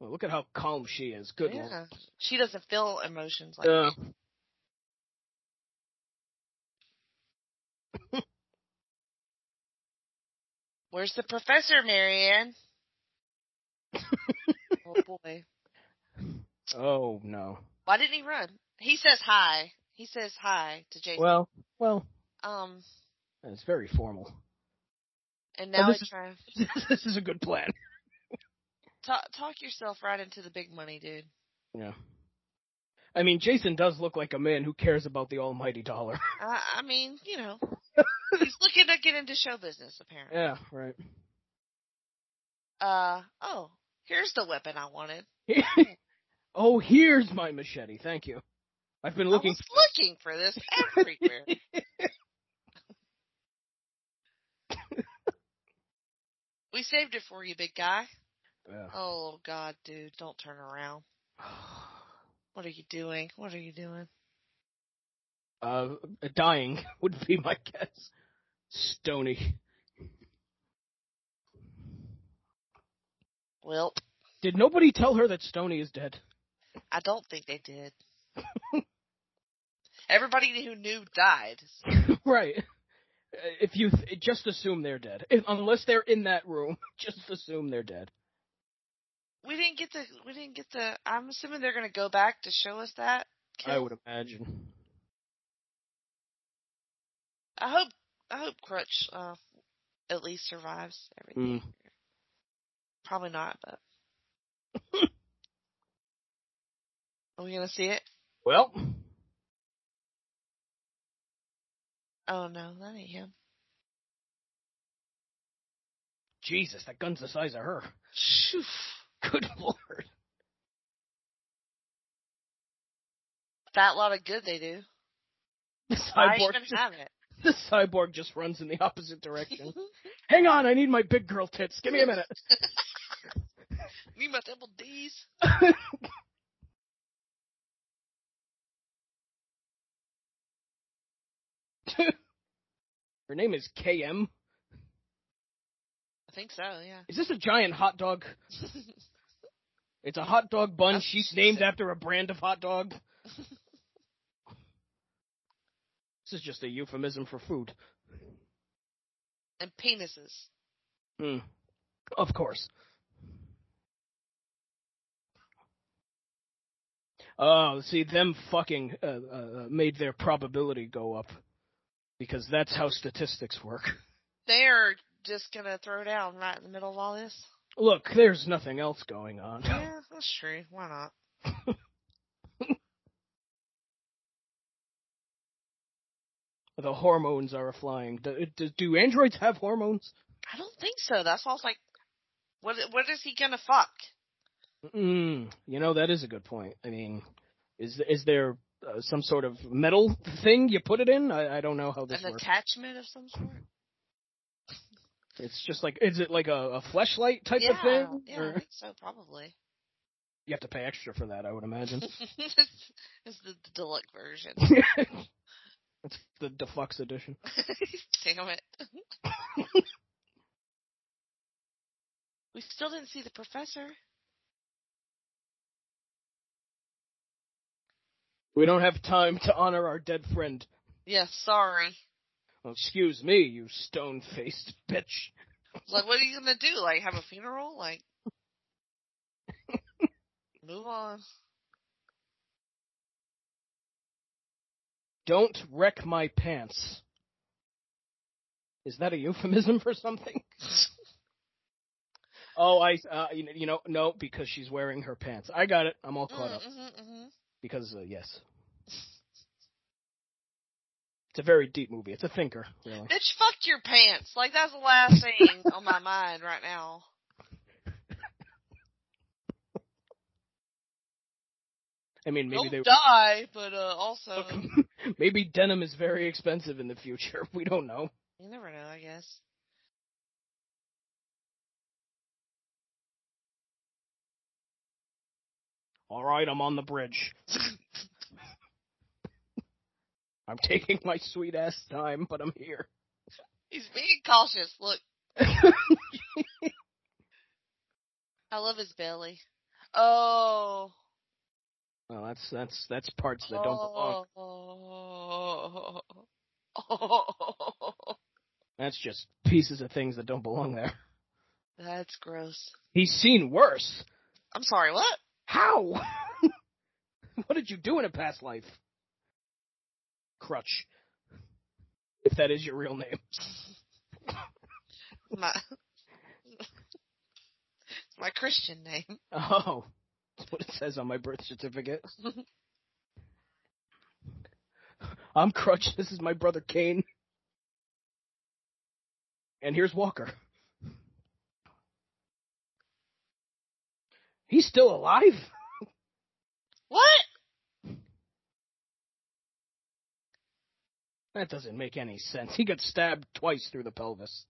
Speaker 6: Well, Oh, look at how calm she is. Good
Speaker 5: yeah.
Speaker 6: lord.
Speaker 5: She doesn't feel emotions like
Speaker 6: Uh,
Speaker 5: Where's the professor,
Speaker 6: (laughs)
Speaker 5: Marianne? oh boy.
Speaker 6: oh, no.
Speaker 5: Why didn't he run? He says hi. He says hi to Jason.
Speaker 6: Well, well,
Speaker 5: um
Speaker 6: it's very formal. (laughs)
Speaker 5: and
Speaker 6: Well,
Speaker 5: now
Speaker 6: this
Speaker 5: he's
Speaker 6: is-
Speaker 5: trying
Speaker 6: this is a good plan.
Speaker 5: talk talk yourself right into the big money, dude.
Speaker 6: Yeah. I mean, Jason does look like a man who cares about the almighty dollar. (laughs)
Speaker 5: I I mean, you know. he's looking to get into show business apparently.
Speaker 6: yeah, right.
Speaker 5: Uh oh, here's the weapon I wanted.
Speaker 6: (laughs) oh, here's my machete. Thank you. I've been
Speaker 5: I
Speaker 6: looking.
Speaker 5: was looking for this everywhere. we saved it for you, big guy.
Speaker 6: (laughs) Yeah.
Speaker 5: Oh God, dude, don't turn around. What are you doing? What are you doing?
Speaker 6: (sighs) Uh, dying (laughs) would be my guess. Stony
Speaker 5: Well,
Speaker 6: Did nobody tell her that Stony is dead? (laughs)
Speaker 5: I don't think they did. Everybody who knew died.
Speaker 6: right. Uh, If you th- just assume they're dead, if, unless they're in that room, (laughs) just assume they're dead.
Speaker 5: We didn't get the. We didn't get the. I'm assuming they're gonna go back to show us that.
Speaker 6: I would imagine.
Speaker 5: I hope. I hope Crutch uh, at least survives everything.
Speaker 6: Mm.
Speaker 5: Probably not, but. Are we gonna see it?
Speaker 6: Well,
Speaker 5: Oh no, that ain't him.
Speaker 6: Jesus, that gun's the size of her. (laughs)
Speaker 5: Shoof.
Speaker 6: Good lord.
Speaker 5: That lot of good they do.
Speaker 6: (laughs) The
Speaker 5: I
Speaker 6: cyborg,
Speaker 5: even have it.
Speaker 6: the cyborg just runs in the
Speaker 5: (laughs)
Speaker 6: opposite direction. Hang on, I need my big girl tits. Give me a minute.
Speaker 5: Need my double D's.
Speaker 6: Her name is KM.
Speaker 5: I think so. Yeah. (laughs)
Speaker 6: Is this a giant hot dog? It's a hot dog bun.
Speaker 5: That's-
Speaker 6: She's named after a brand of hot dog.
Speaker 5: (laughs)
Speaker 6: this is just a euphemism for food.
Speaker 5: and penises.
Speaker 6: Hmm. Of course. Oh, see, them fucking uh, uh, made their probability go up because that's how statistics work.
Speaker 5: They are just gonna throw down right in the middle of all this.
Speaker 6: Look, there's nothing else going on.
Speaker 5: Yeah, that's true. Why not?
Speaker 6: (laughs) the hormones are flying. Do, do, do androids have hormones?
Speaker 5: I don't think so. That's why I was like, what? What is he gonna fuck?
Speaker 6: Mm, you know that is a good point. I mean, is is there uh, some sort of metal thing you put it in? I, I don't know how this
Speaker 5: An
Speaker 6: works.
Speaker 5: attachment of some sort.
Speaker 6: It's just like is it like a, a fleshlight type
Speaker 5: yeah,
Speaker 6: of thing?
Speaker 5: yeah, I
Speaker 6: Or-
Speaker 5: think so.
Speaker 6: (laughs)
Speaker 5: Probably.
Speaker 6: You have to pay extra for that, I would
Speaker 5: (laughs)
Speaker 6: imagine. (laughs)
Speaker 5: this is the, the deluxe version. (laughs)
Speaker 6: It's the deluxe edition.
Speaker 5: Damn it.
Speaker 6: (laughs)
Speaker 5: we still didn't see the professor.
Speaker 6: We don't have time to honor our dead friend.
Speaker 5: Yeah, sorry.
Speaker 6: Well, excuse me, you stone faced bitch.
Speaker 5: Like, what are you gonna do? Like, have a funeral? Like,
Speaker 6: (laughs)
Speaker 5: move on.
Speaker 6: Don't wreck my pants. Is that a euphemism for something? (laughs) oh, I, uh, you you know, no, because she's wearing her pants. I got it. I'm all caught up.
Speaker 5: Mm-hmm, hmm
Speaker 6: Because, uh, yes. It's a very deep movie. It's a thinker, really.
Speaker 5: Bitch, fuck your pants. Like, that's the last thing on my mind right now.
Speaker 6: I mean, maybe
Speaker 5: Don't
Speaker 6: they
Speaker 5: die, but uh,
Speaker 6: (clears throat)
Speaker 5: also,
Speaker 6: (laughs) Maybe denim is very expensive in the future. (laughs) We don't know.
Speaker 5: you never know, I guess.
Speaker 6: All right, I'm on the bridge. (laughs) I'm taking my sweet ass time, but I'm here. (laughs)
Speaker 5: He's being cautious. Look, I love his belly. Oh.
Speaker 6: well, that's that's that's parts that don't belong.
Speaker 5: Oh.
Speaker 6: That's just pieces of things that don't belong there.
Speaker 5: (laughs) That's gross.
Speaker 6: He's seen worse.
Speaker 5: I'm sorry, what?
Speaker 6: How? (laughs) what did you do in a past life? Crutch. If that is your real name.
Speaker 5: My (laughs) my Christian name.
Speaker 6: Oh, that's what it says on my birth certificate. I'm Crutch. This is my brother Kane. And here's Walker. He's still alive?
Speaker 5: What?
Speaker 6: That doesn't make any sense. He got stabbed twice through the pelvis.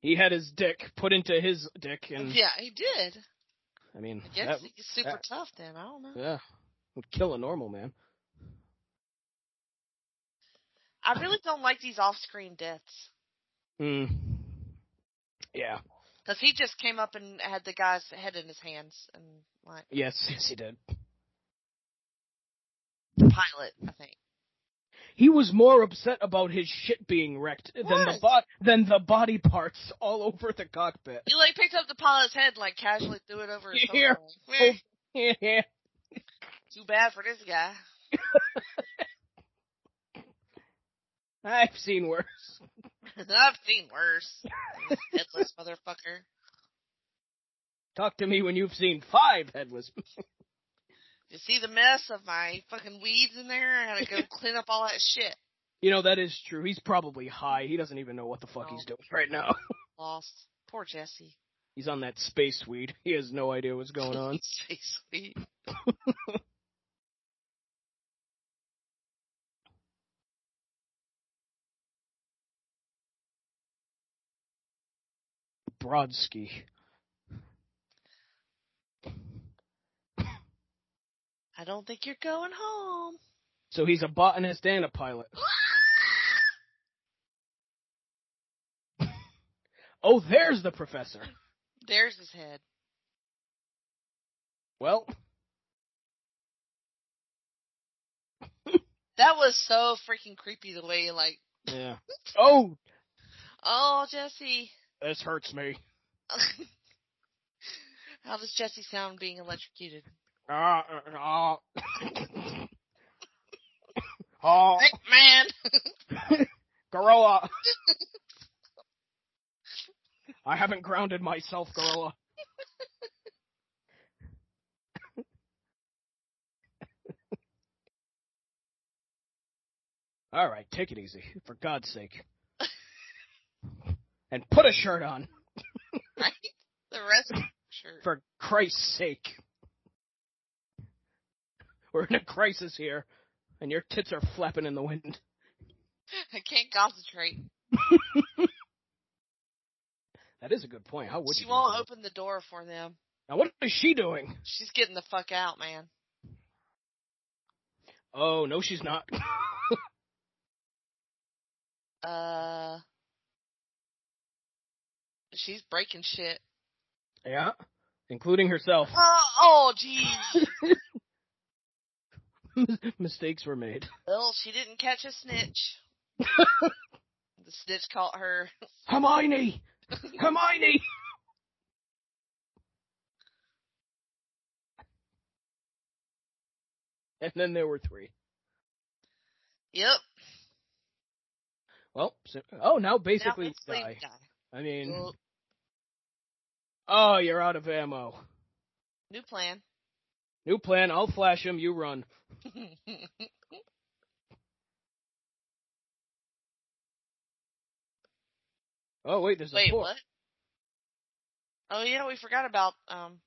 Speaker 6: He had his dick put into his dick, and
Speaker 5: Yeah, he did.
Speaker 6: I mean,
Speaker 5: I guess
Speaker 6: that-
Speaker 5: he's super
Speaker 6: that-
Speaker 5: tough then. I don't know.
Speaker 6: yeah, would kill a normal man.
Speaker 5: I really don't like these off-screen deaths
Speaker 6: Hmm. Yeah.
Speaker 5: because he just came up and had the guy's head in his hands and like
Speaker 6: Yes. Yes, he did.
Speaker 5: the pilot, I think.
Speaker 6: He was more upset about his shit being wrecked than the
Speaker 5: What?
Speaker 6: bo- than the body parts all over the cockpit. (laughs)
Speaker 5: He like picked up the pilot's head and like casually threw it over his
Speaker 6: Here. (laughs)
Speaker 5: shoulder. Eh,
Speaker 6: Yeah.
Speaker 5: Too bad for this guy. (laughs)
Speaker 6: I've seen worse.
Speaker 5: I've seen
Speaker 6: (laughs)
Speaker 5: worse. Headless motherfucker.
Speaker 6: Talk to me when you've seen five headless.
Speaker 5: You see the mess of my fucking weeds in there? I had to go clean up all that shit.
Speaker 6: You know that is true. He's probably high. He doesn't even know what the fuck he's doing right now. (laughs)
Speaker 5: Lost. Poor Jesse.
Speaker 6: He's on that space weed. He has no idea what's going on.
Speaker 5: (laughs) Stay sweet.
Speaker 6: Brodsky.
Speaker 5: I don't think you're going home.
Speaker 6: So he's a botanist and a pilot. (laughs) oh, there's the professor.
Speaker 5: There's his head.
Speaker 6: Well,
Speaker 5: That was so freaking creepy the way like,
Speaker 6: yeah. Oh,
Speaker 5: oh Jesse. (laughs)
Speaker 6: this hurts me.
Speaker 5: How does Jesse sound being electrocuted?
Speaker 6: Ah, ah, (laughs) ah. Ah,
Speaker 5: Hey man.
Speaker 6: (laughs) gorilla. I haven't grounded myself, gorilla. (laughs) All right, take it easy, for God's sake. (laughs) and put a shirt on,
Speaker 5: right? (laughs) The rest of sure.
Speaker 6: for Christ's sake. We're in a crisis here, and your tits are flapping in the wind.
Speaker 5: (laughs) I can't concentrate.
Speaker 6: That is a good point. How would
Speaker 5: she
Speaker 6: you? do
Speaker 5: won't
Speaker 6: that?
Speaker 5: open the door for them.
Speaker 6: Now, what is she doing?
Speaker 5: She's getting the fuck out, man.
Speaker 6: Oh no, she's not.
Speaker 5: Uh, she's breaking shit. Uh,
Speaker 6: (laughs) yeah, including herself.
Speaker 5: Oh, oh, jeez.
Speaker 6: (laughs) mistakes were made.
Speaker 5: Well, she didn't catch a
Speaker 6: (laughs)
Speaker 5: snitch. the snitch caught her. (laughs)
Speaker 6: Hermione! Hermione! and then there were three.
Speaker 5: Yep.
Speaker 6: Well, so, oh, now basically
Speaker 5: now
Speaker 6: we
Speaker 5: it's Lady
Speaker 6: die.
Speaker 5: Di.
Speaker 6: I mean,
Speaker 5: Well,
Speaker 6: oh, you're out of ammo.
Speaker 5: new plan.
Speaker 6: New plan, I'll flash him, you run. Oh, wait, there's
Speaker 5: (laughs)
Speaker 6: a
Speaker 5: Wait,
Speaker 6: four.
Speaker 5: what? Oh yeah, we forgot about um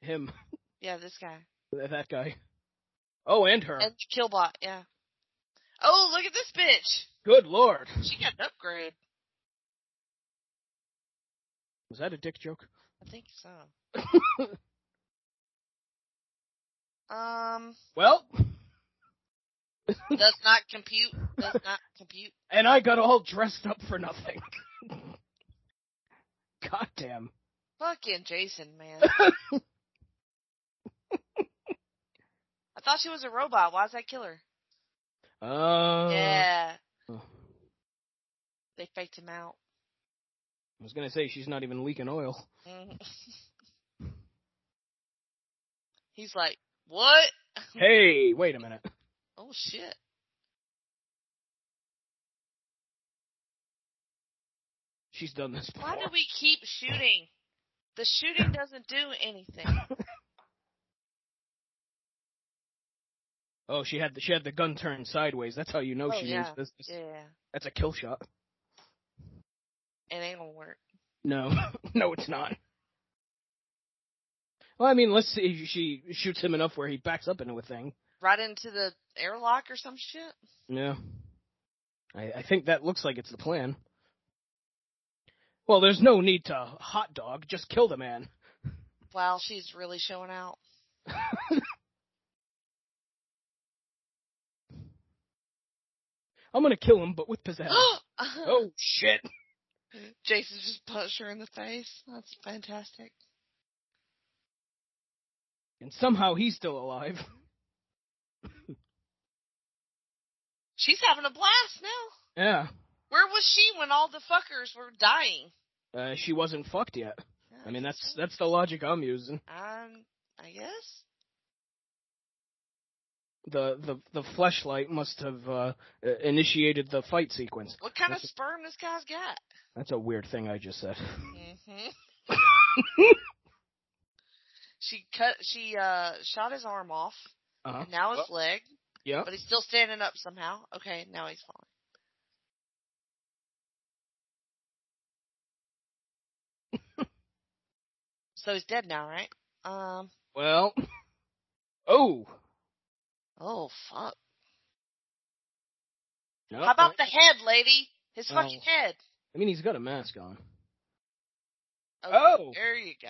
Speaker 6: Him, (laughs)
Speaker 5: yeah, this guy.
Speaker 6: that guy. Oh, and her.
Speaker 5: And Killbot, yeah. Oh, look at this bitch.
Speaker 6: Good lord.
Speaker 5: She got an upgrade.
Speaker 6: Was that a dick joke?
Speaker 5: I think so. um
Speaker 6: Well,
Speaker 5: does not compute. Does not compute.
Speaker 6: and I got all dressed up for nothing. (laughs) Goddamn.
Speaker 5: Fucking Jason, man. I thought she was a robot. Why's that kill her?
Speaker 6: Uh,
Speaker 5: yeah.
Speaker 6: I
Speaker 5: They faked him out. (laughs)
Speaker 6: was gonna say she's not even leaking oil.
Speaker 5: Mhm. He's like, what?
Speaker 6: Hey, wait a minute.
Speaker 5: Oh shit.
Speaker 6: She's done this before.
Speaker 5: Why do we keep shooting? The shooting doesn't do (laughs) anything.
Speaker 6: Oh, she had the, she had the gun turned sideways. That's how you know
Speaker 5: Oh,
Speaker 6: she
Speaker 5: yeah.
Speaker 6: means business.
Speaker 5: Yeah.
Speaker 6: That's a kill shot.
Speaker 5: It ain't gonna work.
Speaker 6: No, (laughs) no, it's not. Well, I mean, let's see. She shoots him enough where he backs up into a thing.
Speaker 5: Right into the airlock or some shit?
Speaker 6: Yeah. I, I think that looks like it's the plan. Well, there's no need to hot dog. Just kill the man.
Speaker 5: Wow, she's really showing out.
Speaker 6: I'm gonna kill him, but with
Speaker 5: (gasps)
Speaker 6: pizzazz.
Speaker 5: oh.
Speaker 6: oh shit!
Speaker 5: Jason just punched her in the face. That's fantastic.
Speaker 6: And somehow he's still alive. (laughs)
Speaker 5: She's having a blast now.
Speaker 6: Yeah.
Speaker 5: Where was she when all the fuckers were dying?
Speaker 6: Uh, she wasn't fucked yet. I mean, that's that's the logic I'm using.
Speaker 5: Um, I guess.
Speaker 6: The the the fleshlight must have uh, uh, initiated the fight sequence.
Speaker 5: What kind of
Speaker 6: That's-
Speaker 5: sperm this guy's got?
Speaker 6: That's a weird thing I just
Speaker 5: (laughs)
Speaker 6: said.
Speaker 5: hmm
Speaker 6: (laughs)
Speaker 5: she cut. She uh shot his arm off,
Speaker 6: Uh-huh.
Speaker 5: and now his leg. (laughs)
Speaker 6: Yeah.
Speaker 5: But he's still standing up somehow. Okay, now he's
Speaker 6: (laughs)
Speaker 5: falling. so he's dead now, right? Um.
Speaker 6: Well. Oh.
Speaker 5: Oh fuck!
Speaker 6: No,
Speaker 5: How about the head, lady? His
Speaker 6: Oh.
Speaker 5: fucking head.
Speaker 6: I mean, he's got a mask on.
Speaker 5: Okay,
Speaker 6: Oh.
Speaker 5: there you go.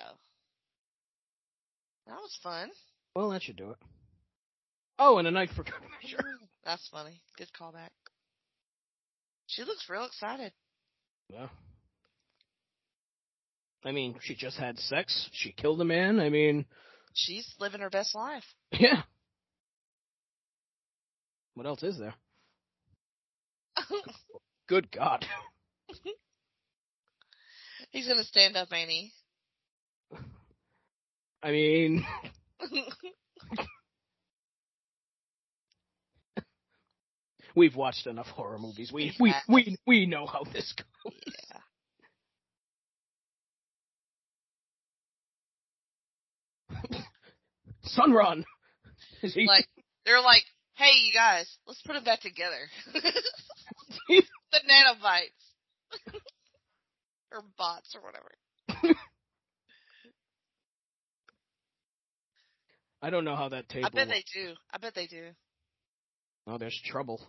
Speaker 5: That was fun.
Speaker 6: Well, that should do it. Oh, and a knife for good (laughs) measure.
Speaker 5: (laughs) That's funny. Good callback. She looks real excited.
Speaker 6: Yeah. I mean, she just had sex. She killed a man. I mean,
Speaker 5: She's living her best life. (laughs)
Speaker 6: yeah. What else is there? Good God. (laughs)
Speaker 5: He's gonna stand up, ain't he?
Speaker 6: I mean,
Speaker 5: (laughs)
Speaker 6: (laughs) we've watched enough horror movies. We we we we know how this goes.
Speaker 5: yeah.
Speaker 6: (laughs) Sunrun. (laughs) His teeth, (laughs)
Speaker 5: Like they're like, hey, you guys, let's put him back together. (laughs) the nanobites, (laughs) or bots, or whatever.
Speaker 6: I don't know how that table.
Speaker 5: I bet
Speaker 6: works.
Speaker 5: they do. I bet they do.
Speaker 6: Oh, there's trouble.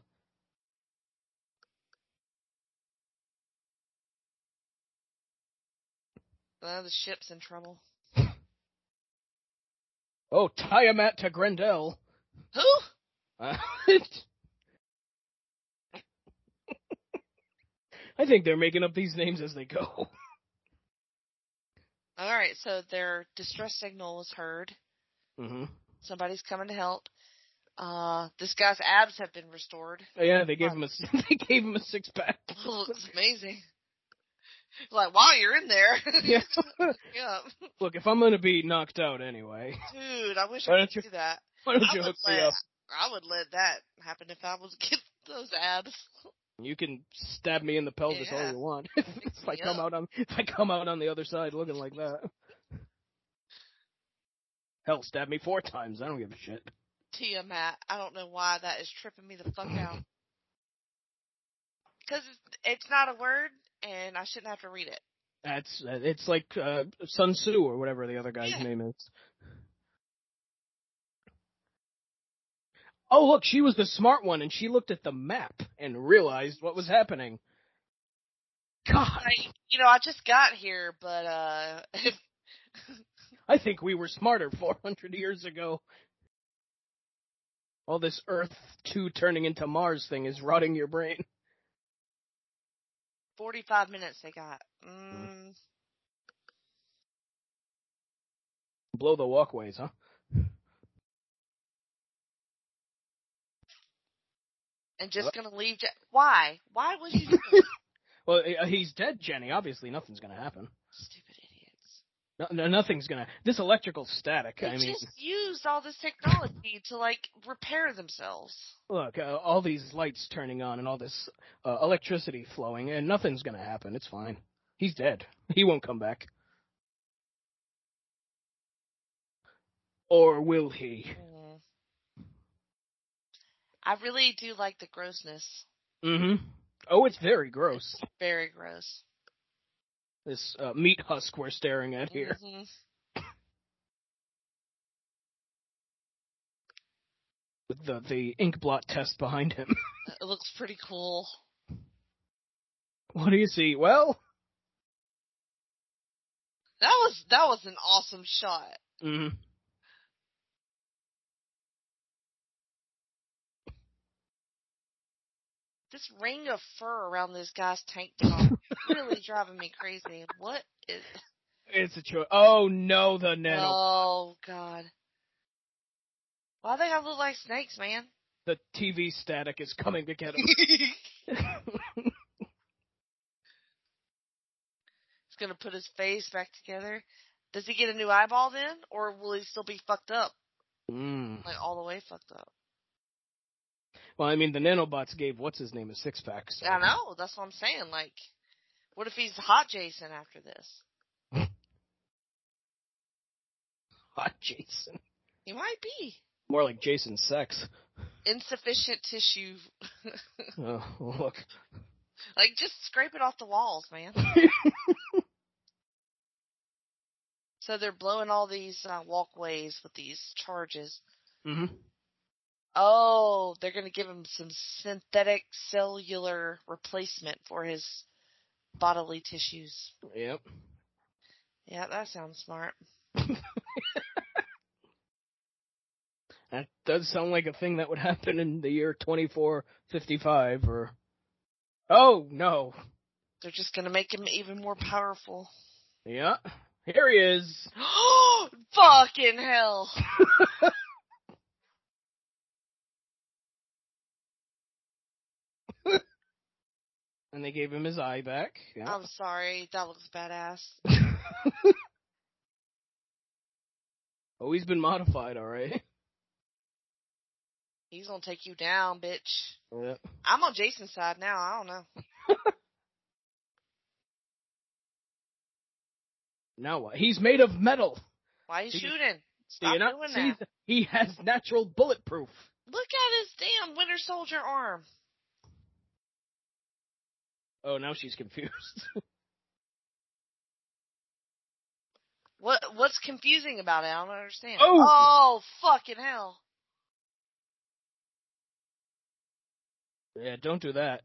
Speaker 5: Uh, the ship's in trouble.
Speaker 6: Oh, Tiamat to Grendel.
Speaker 5: Who?
Speaker 6: Uh, (laughs) I think they're making up these names as they go.
Speaker 5: All right. So their distress signal was heard.
Speaker 6: Mm-hmm.
Speaker 5: Somebody's coming to help. Uh, this guy's abs have been restored. (laughs)
Speaker 6: Yeah, they gave him a (laughs) they gave him a six pack. (laughs)
Speaker 5: looks amazing. Like, wow, you're in there. (laughs)
Speaker 6: Yeah.
Speaker 5: yeah.
Speaker 6: Look, if I'm gonna be knocked out anyway, (laughs)
Speaker 5: Dude, I wish
Speaker 6: Why
Speaker 5: I
Speaker 6: don't
Speaker 5: could
Speaker 6: you-
Speaker 5: do that.
Speaker 6: why don't
Speaker 5: I
Speaker 6: you
Speaker 5: would
Speaker 6: hook me
Speaker 5: let-
Speaker 6: up?
Speaker 5: I would let that happen if I was (laughs) getting those abs.
Speaker 6: You can stab me in the pelvis all
Speaker 5: Yeah.
Speaker 6: you want. (laughs) if I
Speaker 5: me
Speaker 6: come
Speaker 5: up.
Speaker 6: out on if I come out on the other side looking like that.
Speaker 5: (laughs)
Speaker 6: Hell, stab me four times. I don't give a shit.
Speaker 5: Tiamat. I don't know why that is tripping me the
Speaker 6: (laughs)
Speaker 5: fuck out. Because it's, it's not a word, and I shouldn't have to read it.
Speaker 6: That's uh, it's like uh, Sun Tzu or whatever the other guy's
Speaker 5: Yeah.
Speaker 6: name is. Oh, look, she was the smart one, and she looked at the map and realized what was happening. God,
Speaker 5: Like, you know, I just got here, but uh, (laughs) if,
Speaker 6: I think we were smarter 400 years ago. All this Earth 2 turning into Mars thing is rotting your brain.
Speaker 5: 45 minutes they got. Mm,
Speaker 6: Blow the walkways, huh?
Speaker 5: and just
Speaker 6: What?
Speaker 5: gonna leave. Ja- Why? Why was
Speaker 6: (laughs)
Speaker 5: you doing that?
Speaker 6: Well, uh, he's dead, Jenny. Obviously, nothing's gonna happen.
Speaker 5: stupid idiots?
Speaker 6: No, no, nothing's gonna. This electrical static.
Speaker 5: They
Speaker 6: I mean,
Speaker 5: just used all this technology to like repair themselves.
Speaker 6: look, uh, all these lights turning on and all this uh, electricity flowing, and nothing's gonna happen. It's fine. He's dead. (laughs) He won't come back. Or will he?
Speaker 5: Mm. I really do like the grossness.
Speaker 6: Mm-hmm. Oh, it's very gross.
Speaker 5: Very gross.
Speaker 6: This uh, meat husk we're staring at here.
Speaker 5: Mhm.
Speaker 6: With the the ink blot test behind him. (laughs)
Speaker 5: It looks pretty cool.
Speaker 6: what do you see? Well,
Speaker 5: That was that was an awesome shot.
Speaker 6: mm,
Speaker 5: This ring of fur around this guy's tank top (laughs) is really driving me crazy. What is?
Speaker 6: it's a choice. Oh no, the nano
Speaker 5: Oh God! Why they gotta look like snakes, man?
Speaker 6: the TV static is coming to get him.
Speaker 5: (laughs) He's gonna put his face back together. Does he get a new eyeball then, or will he still be fucked up,
Speaker 6: (laughs) mm.
Speaker 5: like all the way fucked up?
Speaker 6: Well, I mean, the nanobots gave what's his name a six pack. So.
Speaker 5: I know. That's what I'm saying. Like, what if he's hot Jason after this?
Speaker 6: (laughs) Hot Jason.
Speaker 5: He might be
Speaker 6: More like Jason Sex.
Speaker 5: insufficient tissue.
Speaker 6: Oh, look.
Speaker 5: like, just scrape it off the walls, man. so they're blowing all these uh, walkways with these charges.
Speaker 6: Mm-hmm.
Speaker 5: Oh, they're gonna give him some synthetic cellular replacement for his bodily tissues.
Speaker 6: Yep.
Speaker 5: Yeah, that sounds smart.
Speaker 6: That does sound like a thing that would happen in the year 2455 or. Oh, no.
Speaker 5: They're just gonna make him even more powerful. (gasps)
Speaker 6: Yeah. Here he is.
Speaker 5: Fucking hell.
Speaker 6: And they gave him his eye back. Yeah.
Speaker 5: I'm sorry, that looks badass.
Speaker 6: (laughs) oh, he's been modified, alright.
Speaker 5: He's gonna take you down, bitch.
Speaker 6: Yeah.
Speaker 5: I'm on Jason's side now, I don't know.
Speaker 6: Now what? He's made of metal.
Speaker 5: Why you
Speaker 6: See-
Speaker 5: shooting?
Speaker 6: Do you
Speaker 5: Stop
Speaker 6: not
Speaker 5: doing
Speaker 6: see
Speaker 5: that.
Speaker 6: that? He has natural bulletproof.
Speaker 5: Look at his damn Winter Soldier arm.
Speaker 6: Oh, now she's confused. (laughs)
Speaker 5: What what's confusing about it? I don't understand.
Speaker 6: Oh!
Speaker 5: oh fucking hell.
Speaker 6: yeah, don't do that.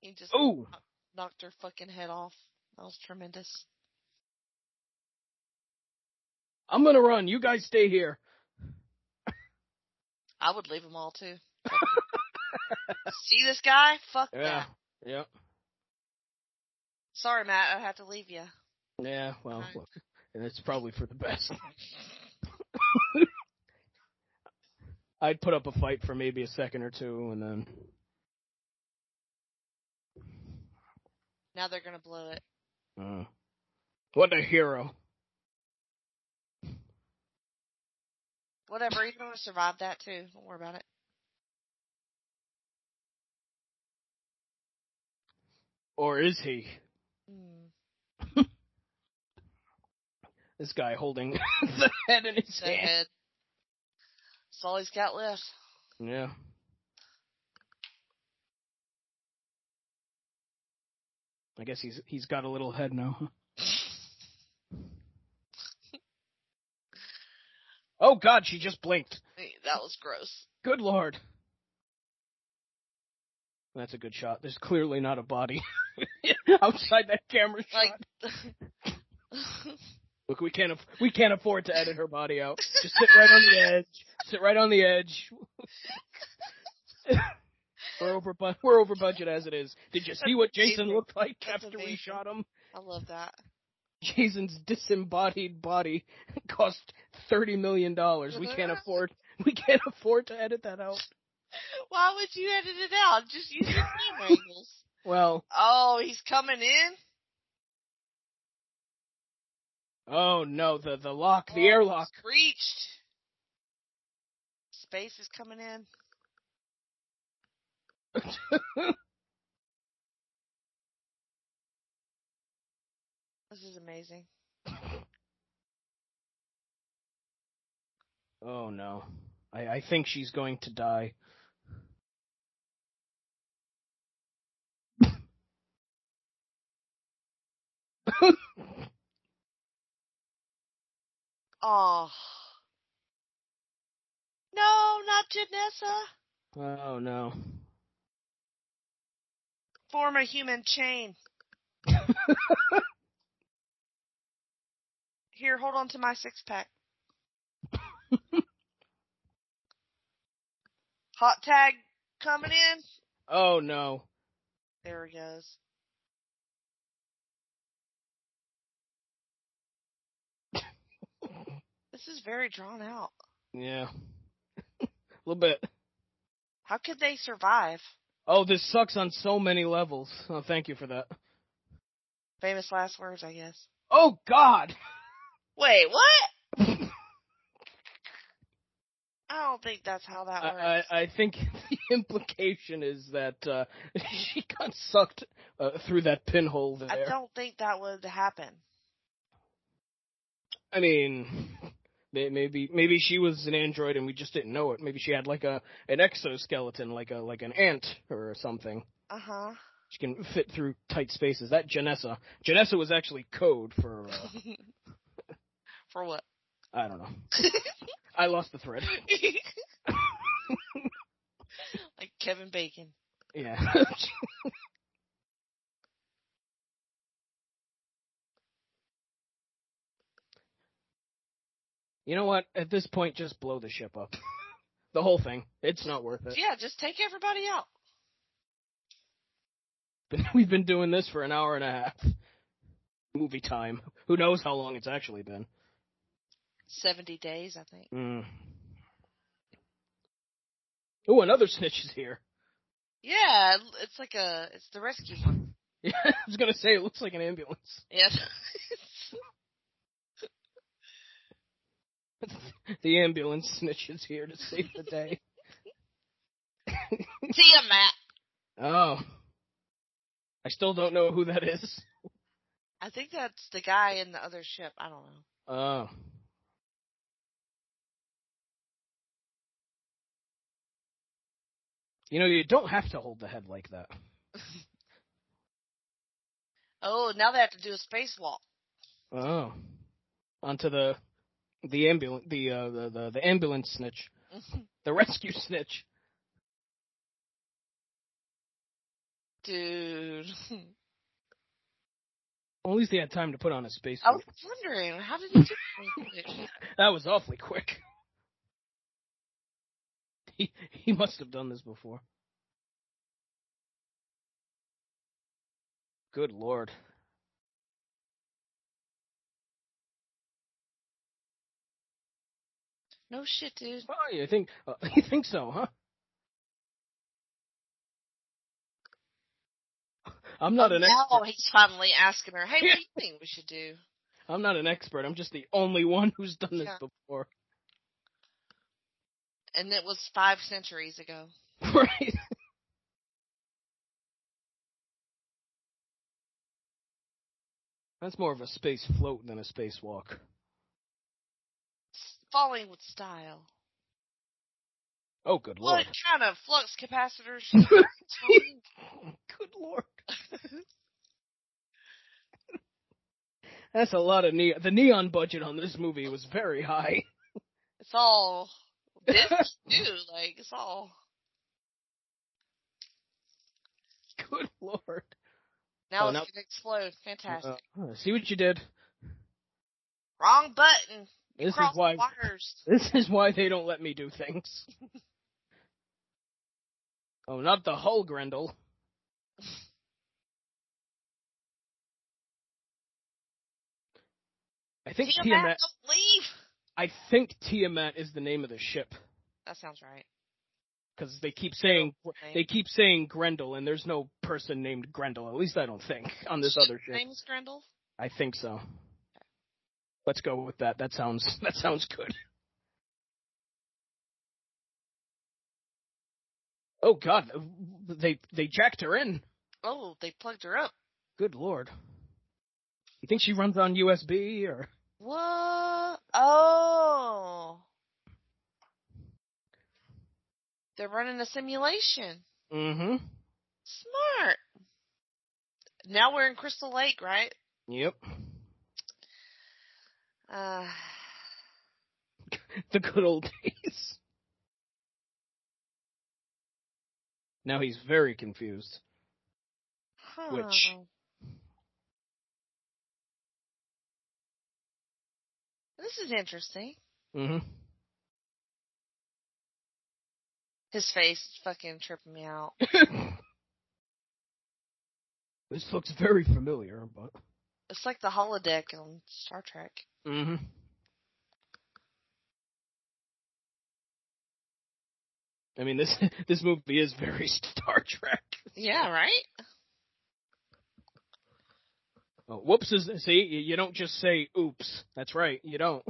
Speaker 5: He just
Speaker 6: Oh,
Speaker 5: knocked her fucking head off. That was tremendous.
Speaker 6: I'm gonna run. You guys stay here.
Speaker 5: I would leave them all
Speaker 6: (laughs)
Speaker 5: too. See this guy? Fuck
Speaker 6: Yeah.
Speaker 5: that.
Speaker 6: Yep.
Speaker 5: Sorry, Matt. I have to leave you.
Speaker 6: Yeah. Well,
Speaker 5: Right.
Speaker 6: look, and it's probably for the best. (laughs) I'd put up a fight for maybe a second or two, and then
Speaker 5: Now they're gonna blow it.
Speaker 6: uh, what a hero!
Speaker 5: Whatever, he's gonna survive that too. Don't worry about it.
Speaker 6: Or is he?
Speaker 5: Mm.
Speaker 6: This guy holding (laughs) the head in his
Speaker 5: So
Speaker 6: hand.
Speaker 5: good. That's all he's got left.
Speaker 6: Yeah. I guess he's he's got a little head now. huh? oh God, she just blinked.
Speaker 5: Hey, That was (laughs) gross.
Speaker 6: Good lord. That's a good shot. There's clearly not a body (laughs) outside that camera shot.
Speaker 5: Like, (laughs)
Speaker 6: Look, we can't aff- we can't afford to edit her body out. Just sit right on the edge. Sit right on the (laughs) edge. we're over bu- we're over budget as it is. Did you see what Jason
Speaker 5: Amazing.
Speaker 6: looked like
Speaker 5: That's
Speaker 6: after we
Speaker 5: amazing.
Speaker 6: shot him?
Speaker 5: I love that.
Speaker 6: Jason's disembodied body (laughs) cost thirty million dollars. We can't afford we can't afford to edit that out.
Speaker 5: Why would you edit it out? Just use (laughs) your camera angles.
Speaker 6: Well,
Speaker 5: Oh, he's coming in.
Speaker 6: oh no, the the lock, the
Speaker 5: Oh,
Speaker 6: airlock.
Speaker 5: it's reached. Space is coming (laughs) in. This is amazing.
Speaker 6: Oh no. I, I think she's going to die. (laughs)
Speaker 5: Oh. No, not Janessa.
Speaker 6: Oh no.
Speaker 5: Form a human chain. Here, hold on to my six pack. Hot tag coming in.
Speaker 6: Oh no.
Speaker 5: There he goes. this is very drawn out.
Speaker 6: Yeah. (laughs) A little bit.
Speaker 5: How could they survive?
Speaker 6: Oh, this sucks on so many levels. Oh, thank you for that.
Speaker 5: Famous last words, I guess.
Speaker 6: Oh god.
Speaker 5: Wait, what? I don't think that's how that works.
Speaker 6: I, I, I think (laughs) the implication is that uh, (laughs) she got sucked uh, through that pinhole there.
Speaker 5: I don't think that would happen.
Speaker 6: I mean, (laughs) may- maybe maybe she was an android and we just didn't know it. Maybe she had like a an exoskeleton, like a like an ant or something.
Speaker 5: Uh
Speaker 6: (laughs)
Speaker 5: huh.
Speaker 6: She can fit through tight spaces. That Janessa. Janessa was actually code for uh,
Speaker 5: For what?
Speaker 6: I don't know. I lost the thread.
Speaker 5: (laughs) like Kevin Bacon.
Speaker 6: Yeah. (laughs) you know what? At this point, just blow the ship up. (laughs) the whole thing. It's not worth it.
Speaker 5: Yeah, just take everybody out.
Speaker 6: (laughs) We've been doing this for an hour and a half. Movie time. Who knows how long it's actually been?
Speaker 5: 70 days, I think.
Speaker 6: Mm. Oh, another (laughs) snitch is here.
Speaker 5: Yeah, it's like a, it's the rescue one.
Speaker 6: Yeah, I was gonna say it looks like an ambulance.
Speaker 5: Yes.
Speaker 6: The ambulance snitch is here to save the day.
Speaker 5: (laughs) See ya, Matt.
Speaker 6: Oh. I still don't know who that is.
Speaker 5: I think that's the guy in the other ship. I don't know.
Speaker 6: Oh. You know, you don't have to hold the head like that.
Speaker 5: Oh, now they have to do a spacewalk.
Speaker 6: Oh. Onto the the ambulance the uh the, the, the ambulance snitch. The rescue snitch.
Speaker 5: Dude. (laughs)
Speaker 6: Well, at least they had time to put on a space.
Speaker 5: I was wondering, how did you do that?
Speaker 6: (laughs) That was awfully quick. (laughs) He he must have done this before. Good lord.
Speaker 5: No shit, dude.
Speaker 6: Oh, you think uh, (laughs) you think so, huh? I'm not an
Speaker 5: now
Speaker 6: expert.
Speaker 5: he's finally asking her, hey, what do
Speaker 6: (laughs)
Speaker 5: you think we should do?
Speaker 6: I'm not an expert. I'm just the only one (laughs) who's done this
Speaker 5: Yeah.
Speaker 6: before. (laughs)
Speaker 5: And it was five centuries ago.
Speaker 6: Right. That's more of a space float than a spacewalk.
Speaker 5: S- Falling with style.
Speaker 6: Oh, good
Speaker 5: What
Speaker 6: lord.
Speaker 5: kind of flux
Speaker 6: (laughs)
Speaker 5: capacitors?
Speaker 6: good lord. That's a lot of neon. The neon budget on this movie was very high. (laughs)
Speaker 5: it's all this too. Like it's all.
Speaker 6: Good lord.
Speaker 5: Now
Speaker 6: Oh,
Speaker 5: it's
Speaker 6: now-
Speaker 5: gonna explode. Fantastic.
Speaker 6: Uh, see what you did.
Speaker 5: Wrong button.
Speaker 6: Uh, This is
Speaker 5: Cross
Speaker 6: why.
Speaker 5: wires.
Speaker 6: (laughs) This is why they don't let me do things. (laughs) oh, not the whole Grendel. I think
Speaker 5: Tiamat,
Speaker 6: Tiamat.
Speaker 5: don't leave.
Speaker 6: I think Tiamat is the name of the ship
Speaker 5: That sounds right.
Speaker 6: because they keep saying they keep saying Grendel, and there's no person named Grendel. At least I don't think on this other
Speaker 5: Her
Speaker 6: ship.
Speaker 5: Name is Grendel.
Speaker 6: I think so. Let's go with that. That sounds (laughs) that sounds good. Oh God, they they jacked her in.
Speaker 5: Oh, they plugged her up.
Speaker 6: Good lord. You think she runs on USB or?
Speaker 5: What? Oh. They're running a simulation.
Speaker 6: Mm-hmm.
Speaker 5: Smart. Now we're in Crystal Lake, right?
Speaker 6: Yep.
Speaker 5: Uh,
Speaker 6: (laughs) The good old days. Now he's very confused.
Speaker 5: huh.
Speaker 6: Which?
Speaker 5: This is interesting.
Speaker 6: Mm-hmm.
Speaker 5: His face is fucking tripping me out.
Speaker 6: (laughs) this looks very familiar, but.
Speaker 5: It's like the holodeck on Star Trek.
Speaker 6: Mm-hmm. I mean this (laughs) this movie is very (laughs) Star Trek.
Speaker 5: Yeah, right?
Speaker 6: Oh, whoops is see you- you don't just say oops. That's right, you don't.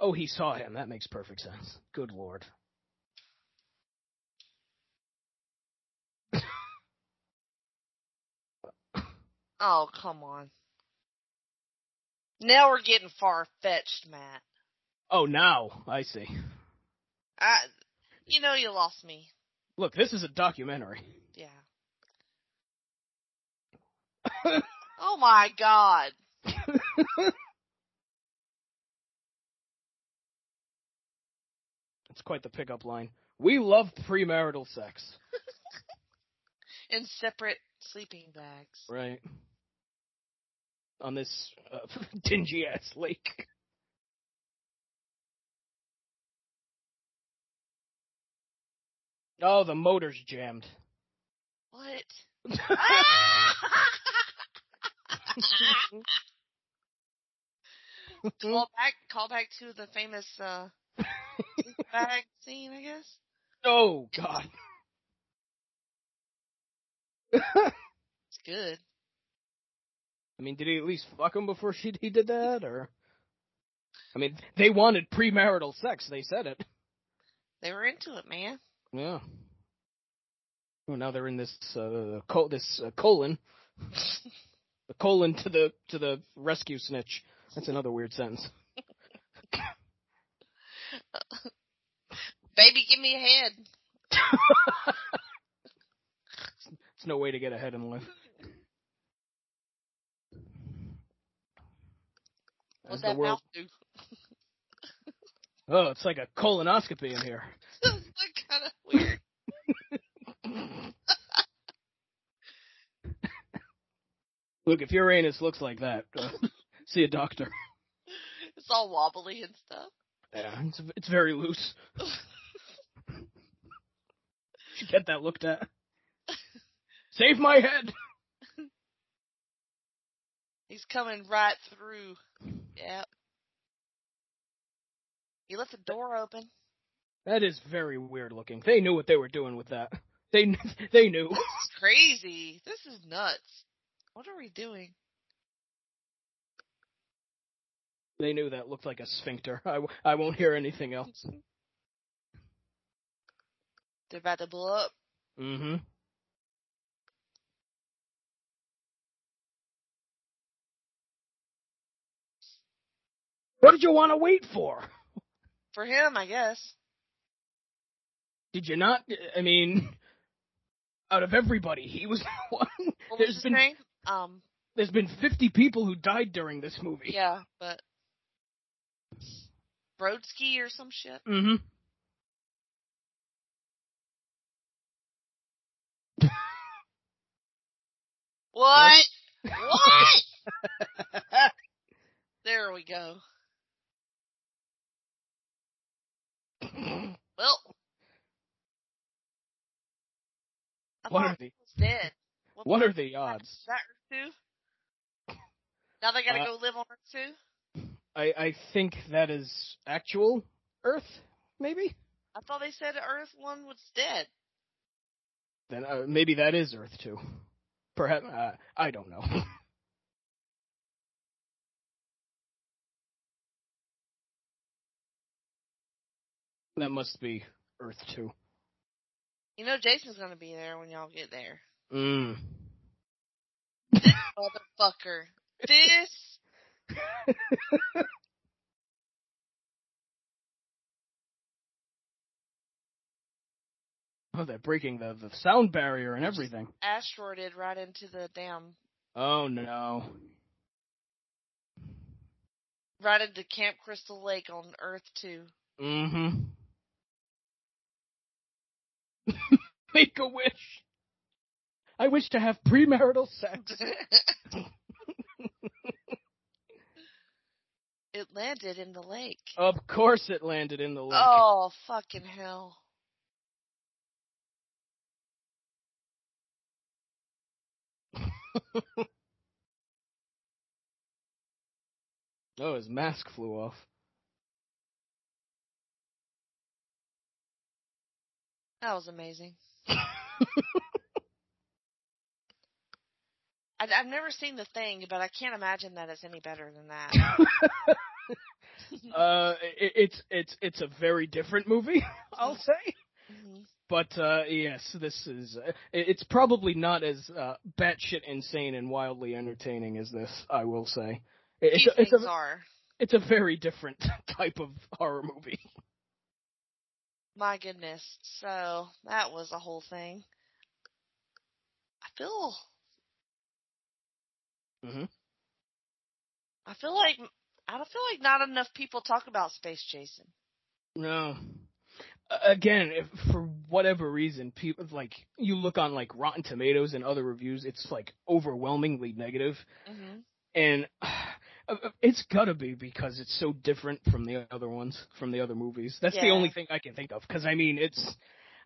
Speaker 6: Oh, he saw him. That makes perfect sense. Good lord.
Speaker 5: Oh, come on. Now we're getting far fetched, Matt.
Speaker 6: Oh, now I see.
Speaker 5: I, you know, you lost me.
Speaker 6: Look, this is a documentary.
Speaker 5: Yeah. oh my god.
Speaker 6: It's quite the pickup line. We love premarital sex.
Speaker 5: In separate sleeping bags.
Speaker 6: Right. On this uh, (laughs) dingy ass lake. Oh, the motor's jammed. (laughs)
Speaker 5: What? call back call back to the famous uh bag scene, I guess.
Speaker 6: oh, God.
Speaker 5: It's good.
Speaker 6: I mean, did he at least fuck him before she he did that, or? I mean, they wanted premarital sex. They said it.
Speaker 5: They were into it, man.
Speaker 6: Yeah. Well, now they're in this uh, col- this uh, colon, the colon to the to the rescue snitch. That's another weird sentence.
Speaker 5: Baby, give me a head.
Speaker 6: It's no way to get ahead in life. As
Speaker 5: What's
Speaker 6: the
Speaker 5: that
Speaker 6: world-
Speaker 5: mouth do?
Speaker 6: Oh, it's like a colonoscopy in here.
Speaker 5: That's (laughs) kind of weird.
Speaker 6: Look, if your anus looks like that, uh, (laughs) see a doctor.
Speaker 5: It's all wobbly and stuff.
Speaker 6: Yeah, (laughs) it's it's very loose. Should get that looked at. Save my head.
Speaker 5: He's coming right through. Yep. He left the door open.
Speaker 6: That is very weird looking. They knew what they were doing with that. (laughs) They kn- they knew. (laughs)
Speaker 5: This is crazy. This is nuts. What are we doing?
Speaker 6: They knew that looked like a sphincter. I, w- I won't hear anything else.
Speaker 5: They're about to blow up.
Speaker 6: Mm-hmm. What did you want to wait for?
Speaker 5: For him, I guess.
Speaker 6: Did you not? I mean, (laughs) out of everybody, he was (laughs) the one.
Speaker 5: What was
Speaker 6: There's
Speaker 5: his
Speaker 6: been-
Speaker 5: name? Um,
Speaker 6: There's been 50 people who died during this movie.
Speaker 5: yeah, but. Brodsky or some shit?
Speaker 6: Mm-hmm.
Speaker 5: What? what? there we go. Well. I
Speaker 6: What
Speaker 5: thought
Speaker 6: are the-
Speaker 5: he was dead.
Speaker 6: What are
Speaker 5: the
Speaker 6: the odds?
Speaker 5: Is that Earth 2? Now they gotta
Speaker 6: Uh,
Speaker 5: go live on Earth 2?
Speaker 6: I, I think that is actual Earth, maybe?
Speaker 5: I thought they said Earth 1 was dead.
Speaker 6: Then uh, maybe that is Earth too. Perhaps uh, I don't know. (laughs) that must be Earth two.
Speaker 5: You know Jason's gonna be there when y'all get there.
Speaker 6: Mm.
Speaker 5: Motherfucker. This.
Speaker 6: Oh, they're breaking the the sound barrier and everything.
Speaker 5: asteroided right into the damn
Speaker 6: Oh no.
Speaker 5: right into Camp Crystal Lake on Earth
Speaker 6: (laughs)
Speaker 5: Two.
Speaker 6: Mm-hmm. Make a wish. I wish to have premarital sex.
Speaker 5: it landed in the lake.
Speaker 6: Of course, it landed in the Oh, lake.
Speaker 5: Oh fucking hell!
Speaker 6: Oh, his mask flew off.
Speaker 5: That was
Speaker 6: (laughs)
Speaker 5: amazing. I, I've never seen the thing, but I can't imagine that it's any better than
Speaker 6: (laughs)
Speaker 5: that.
Speaker 6: Uh, it, it's it's it's a very different movie, (laughs) I'll say.
Speaker 5: Mhm.
Speaker 6: But uh, yes, this is uh, it- it's probably not as uh, batshit insane and wildly entertaining as this. I will say, It- it's
Speaker 5: These
Speaker 6: a, it's
Speaker 5: things
Speaker 6: a
Speaker 5: are.
Speaker 6: it's a very different (laughs) type of horror movie.
Speaker 5: My goodness. So that was a whole thing. I feel.
Speaker 6: Mhm.
Speaker 5: I feel like I don't feel like not enough people talk about space, Jason.
Speaker 6: No. Again, if for whatever reason, people like you look on like Rotten Tomatoes and other reviews, it's like overwhelmingly negative.
Speaker 5: Mm-hmm.
Speaker 6: and (sighs) uh, it's gotta be because it's so different from the other ones, from the other movies. That's the
Speaker 5: Yeah.
Speaker 6: only thing I can think of. Because I mean, it's,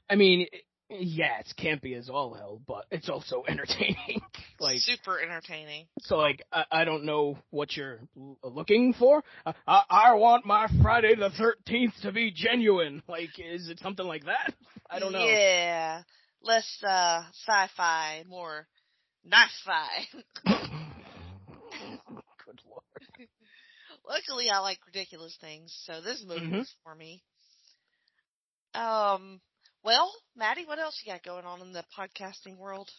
Speaker 6: I mean, it, yeah, it's campy as all hell, but it's also (laughs) entertaining. like,
Speaker 5: super entertaining.
Speaker 6: so like, I, I don't know what you're l- looking for. I, I, I want my Friday the Thirteenth to be genuine. Like, is it something like that? I don't know. (laughs)
Speaker 5: Yeah, less uh, sci-fi, more knife-fi.
Speaker 6: Good lord.
Speaker 5: (laughs) Luckily, I like ridiculous things, so this movie
Speaker 6: Mhm.
Speaker 5: was for me. Um, well, Maddie, what else you got going on in the podcasting world?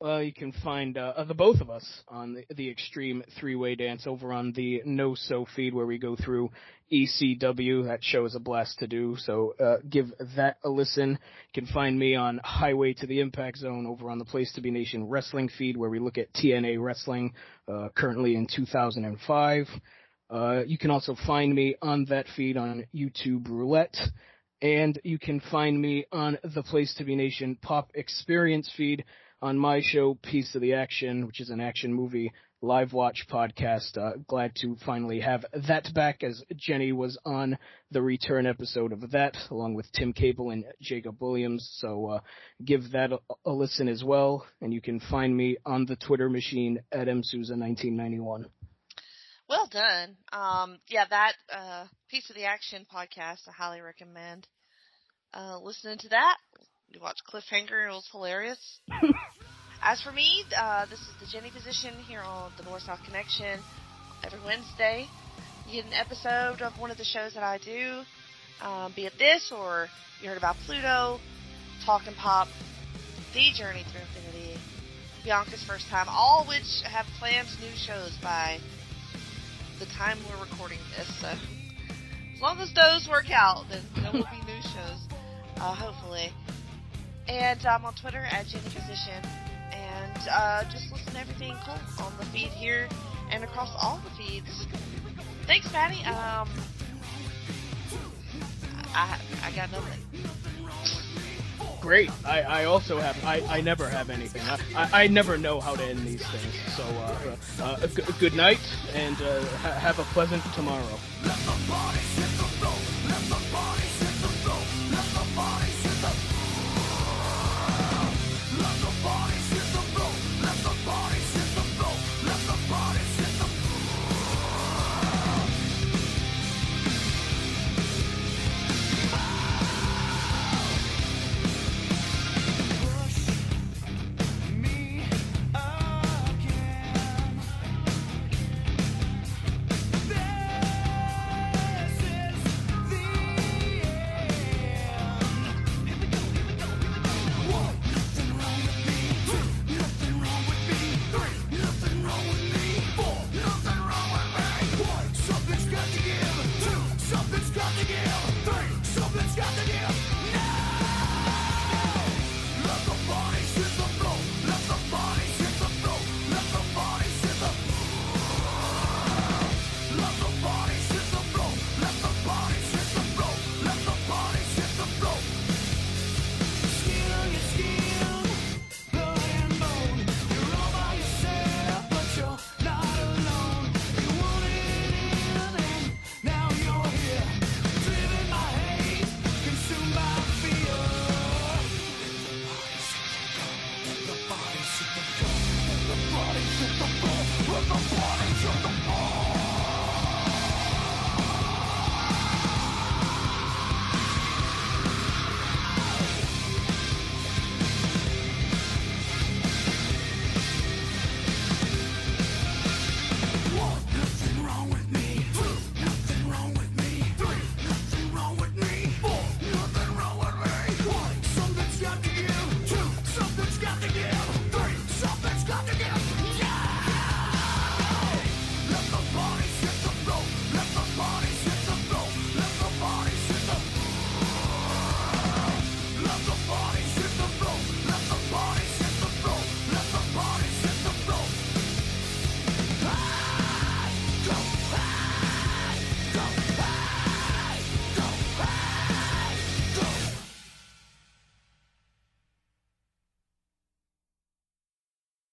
Speaker 6: Well, you can find uh, uh, the both of us on the, the Extreme Three Way Dance over on the No So feed, where we go through ECW. That show is a blast to do, so uh, give that a listen. You can find me on Highway to the Impact Zone over on the Place to Be Nation Wrestling feed, where we look at TNA Wrestling, uh, currently in 2005. Uh, you can also find me on that feed on YouTube Roulette. And you can find me on the Place to Be Nation Pop Experience feed on my show, Piece of the Action, which is an action movie Live Watch podcast. Uh, glad to finally have that back as Jenny was on the return episode of that, along with Tim Cable and Jacob Williams. So uh, give that a, a listen as well. And you can find me on the Twitter machine at msouza1991.
Speaker 5: Well done. Um, yeah, that uh, piece of the action podcast I highly recommend uh, listening to that. You watch Cliffhanger; it was hilarious. As for me, uh, this is the Jenny position here on the North South Connection. Every Wednesday, you get an episode of one of the shows that I do, um, be it this or you heard about Pluto, Talk and Pop, The Journey Through Infinity, Bianca's First Time, all which have planned new shows by the time we're recording this. So as long as those work out, then there will be new shows, uh, hopefully. And I'm on Twitter at Jenny Position. And uh, just listen to everything cool on the feed here and across all the feeds. Thanks, Maddie. Um, I I got nothing.
Speaker 6: Great. I, I also have. I, I never have anything. I, I, I never know how to end these things. So uh, uh, uh, g- good night and uh, ha- have a pleasant tomorrow.
Speaker 3: Let the body sit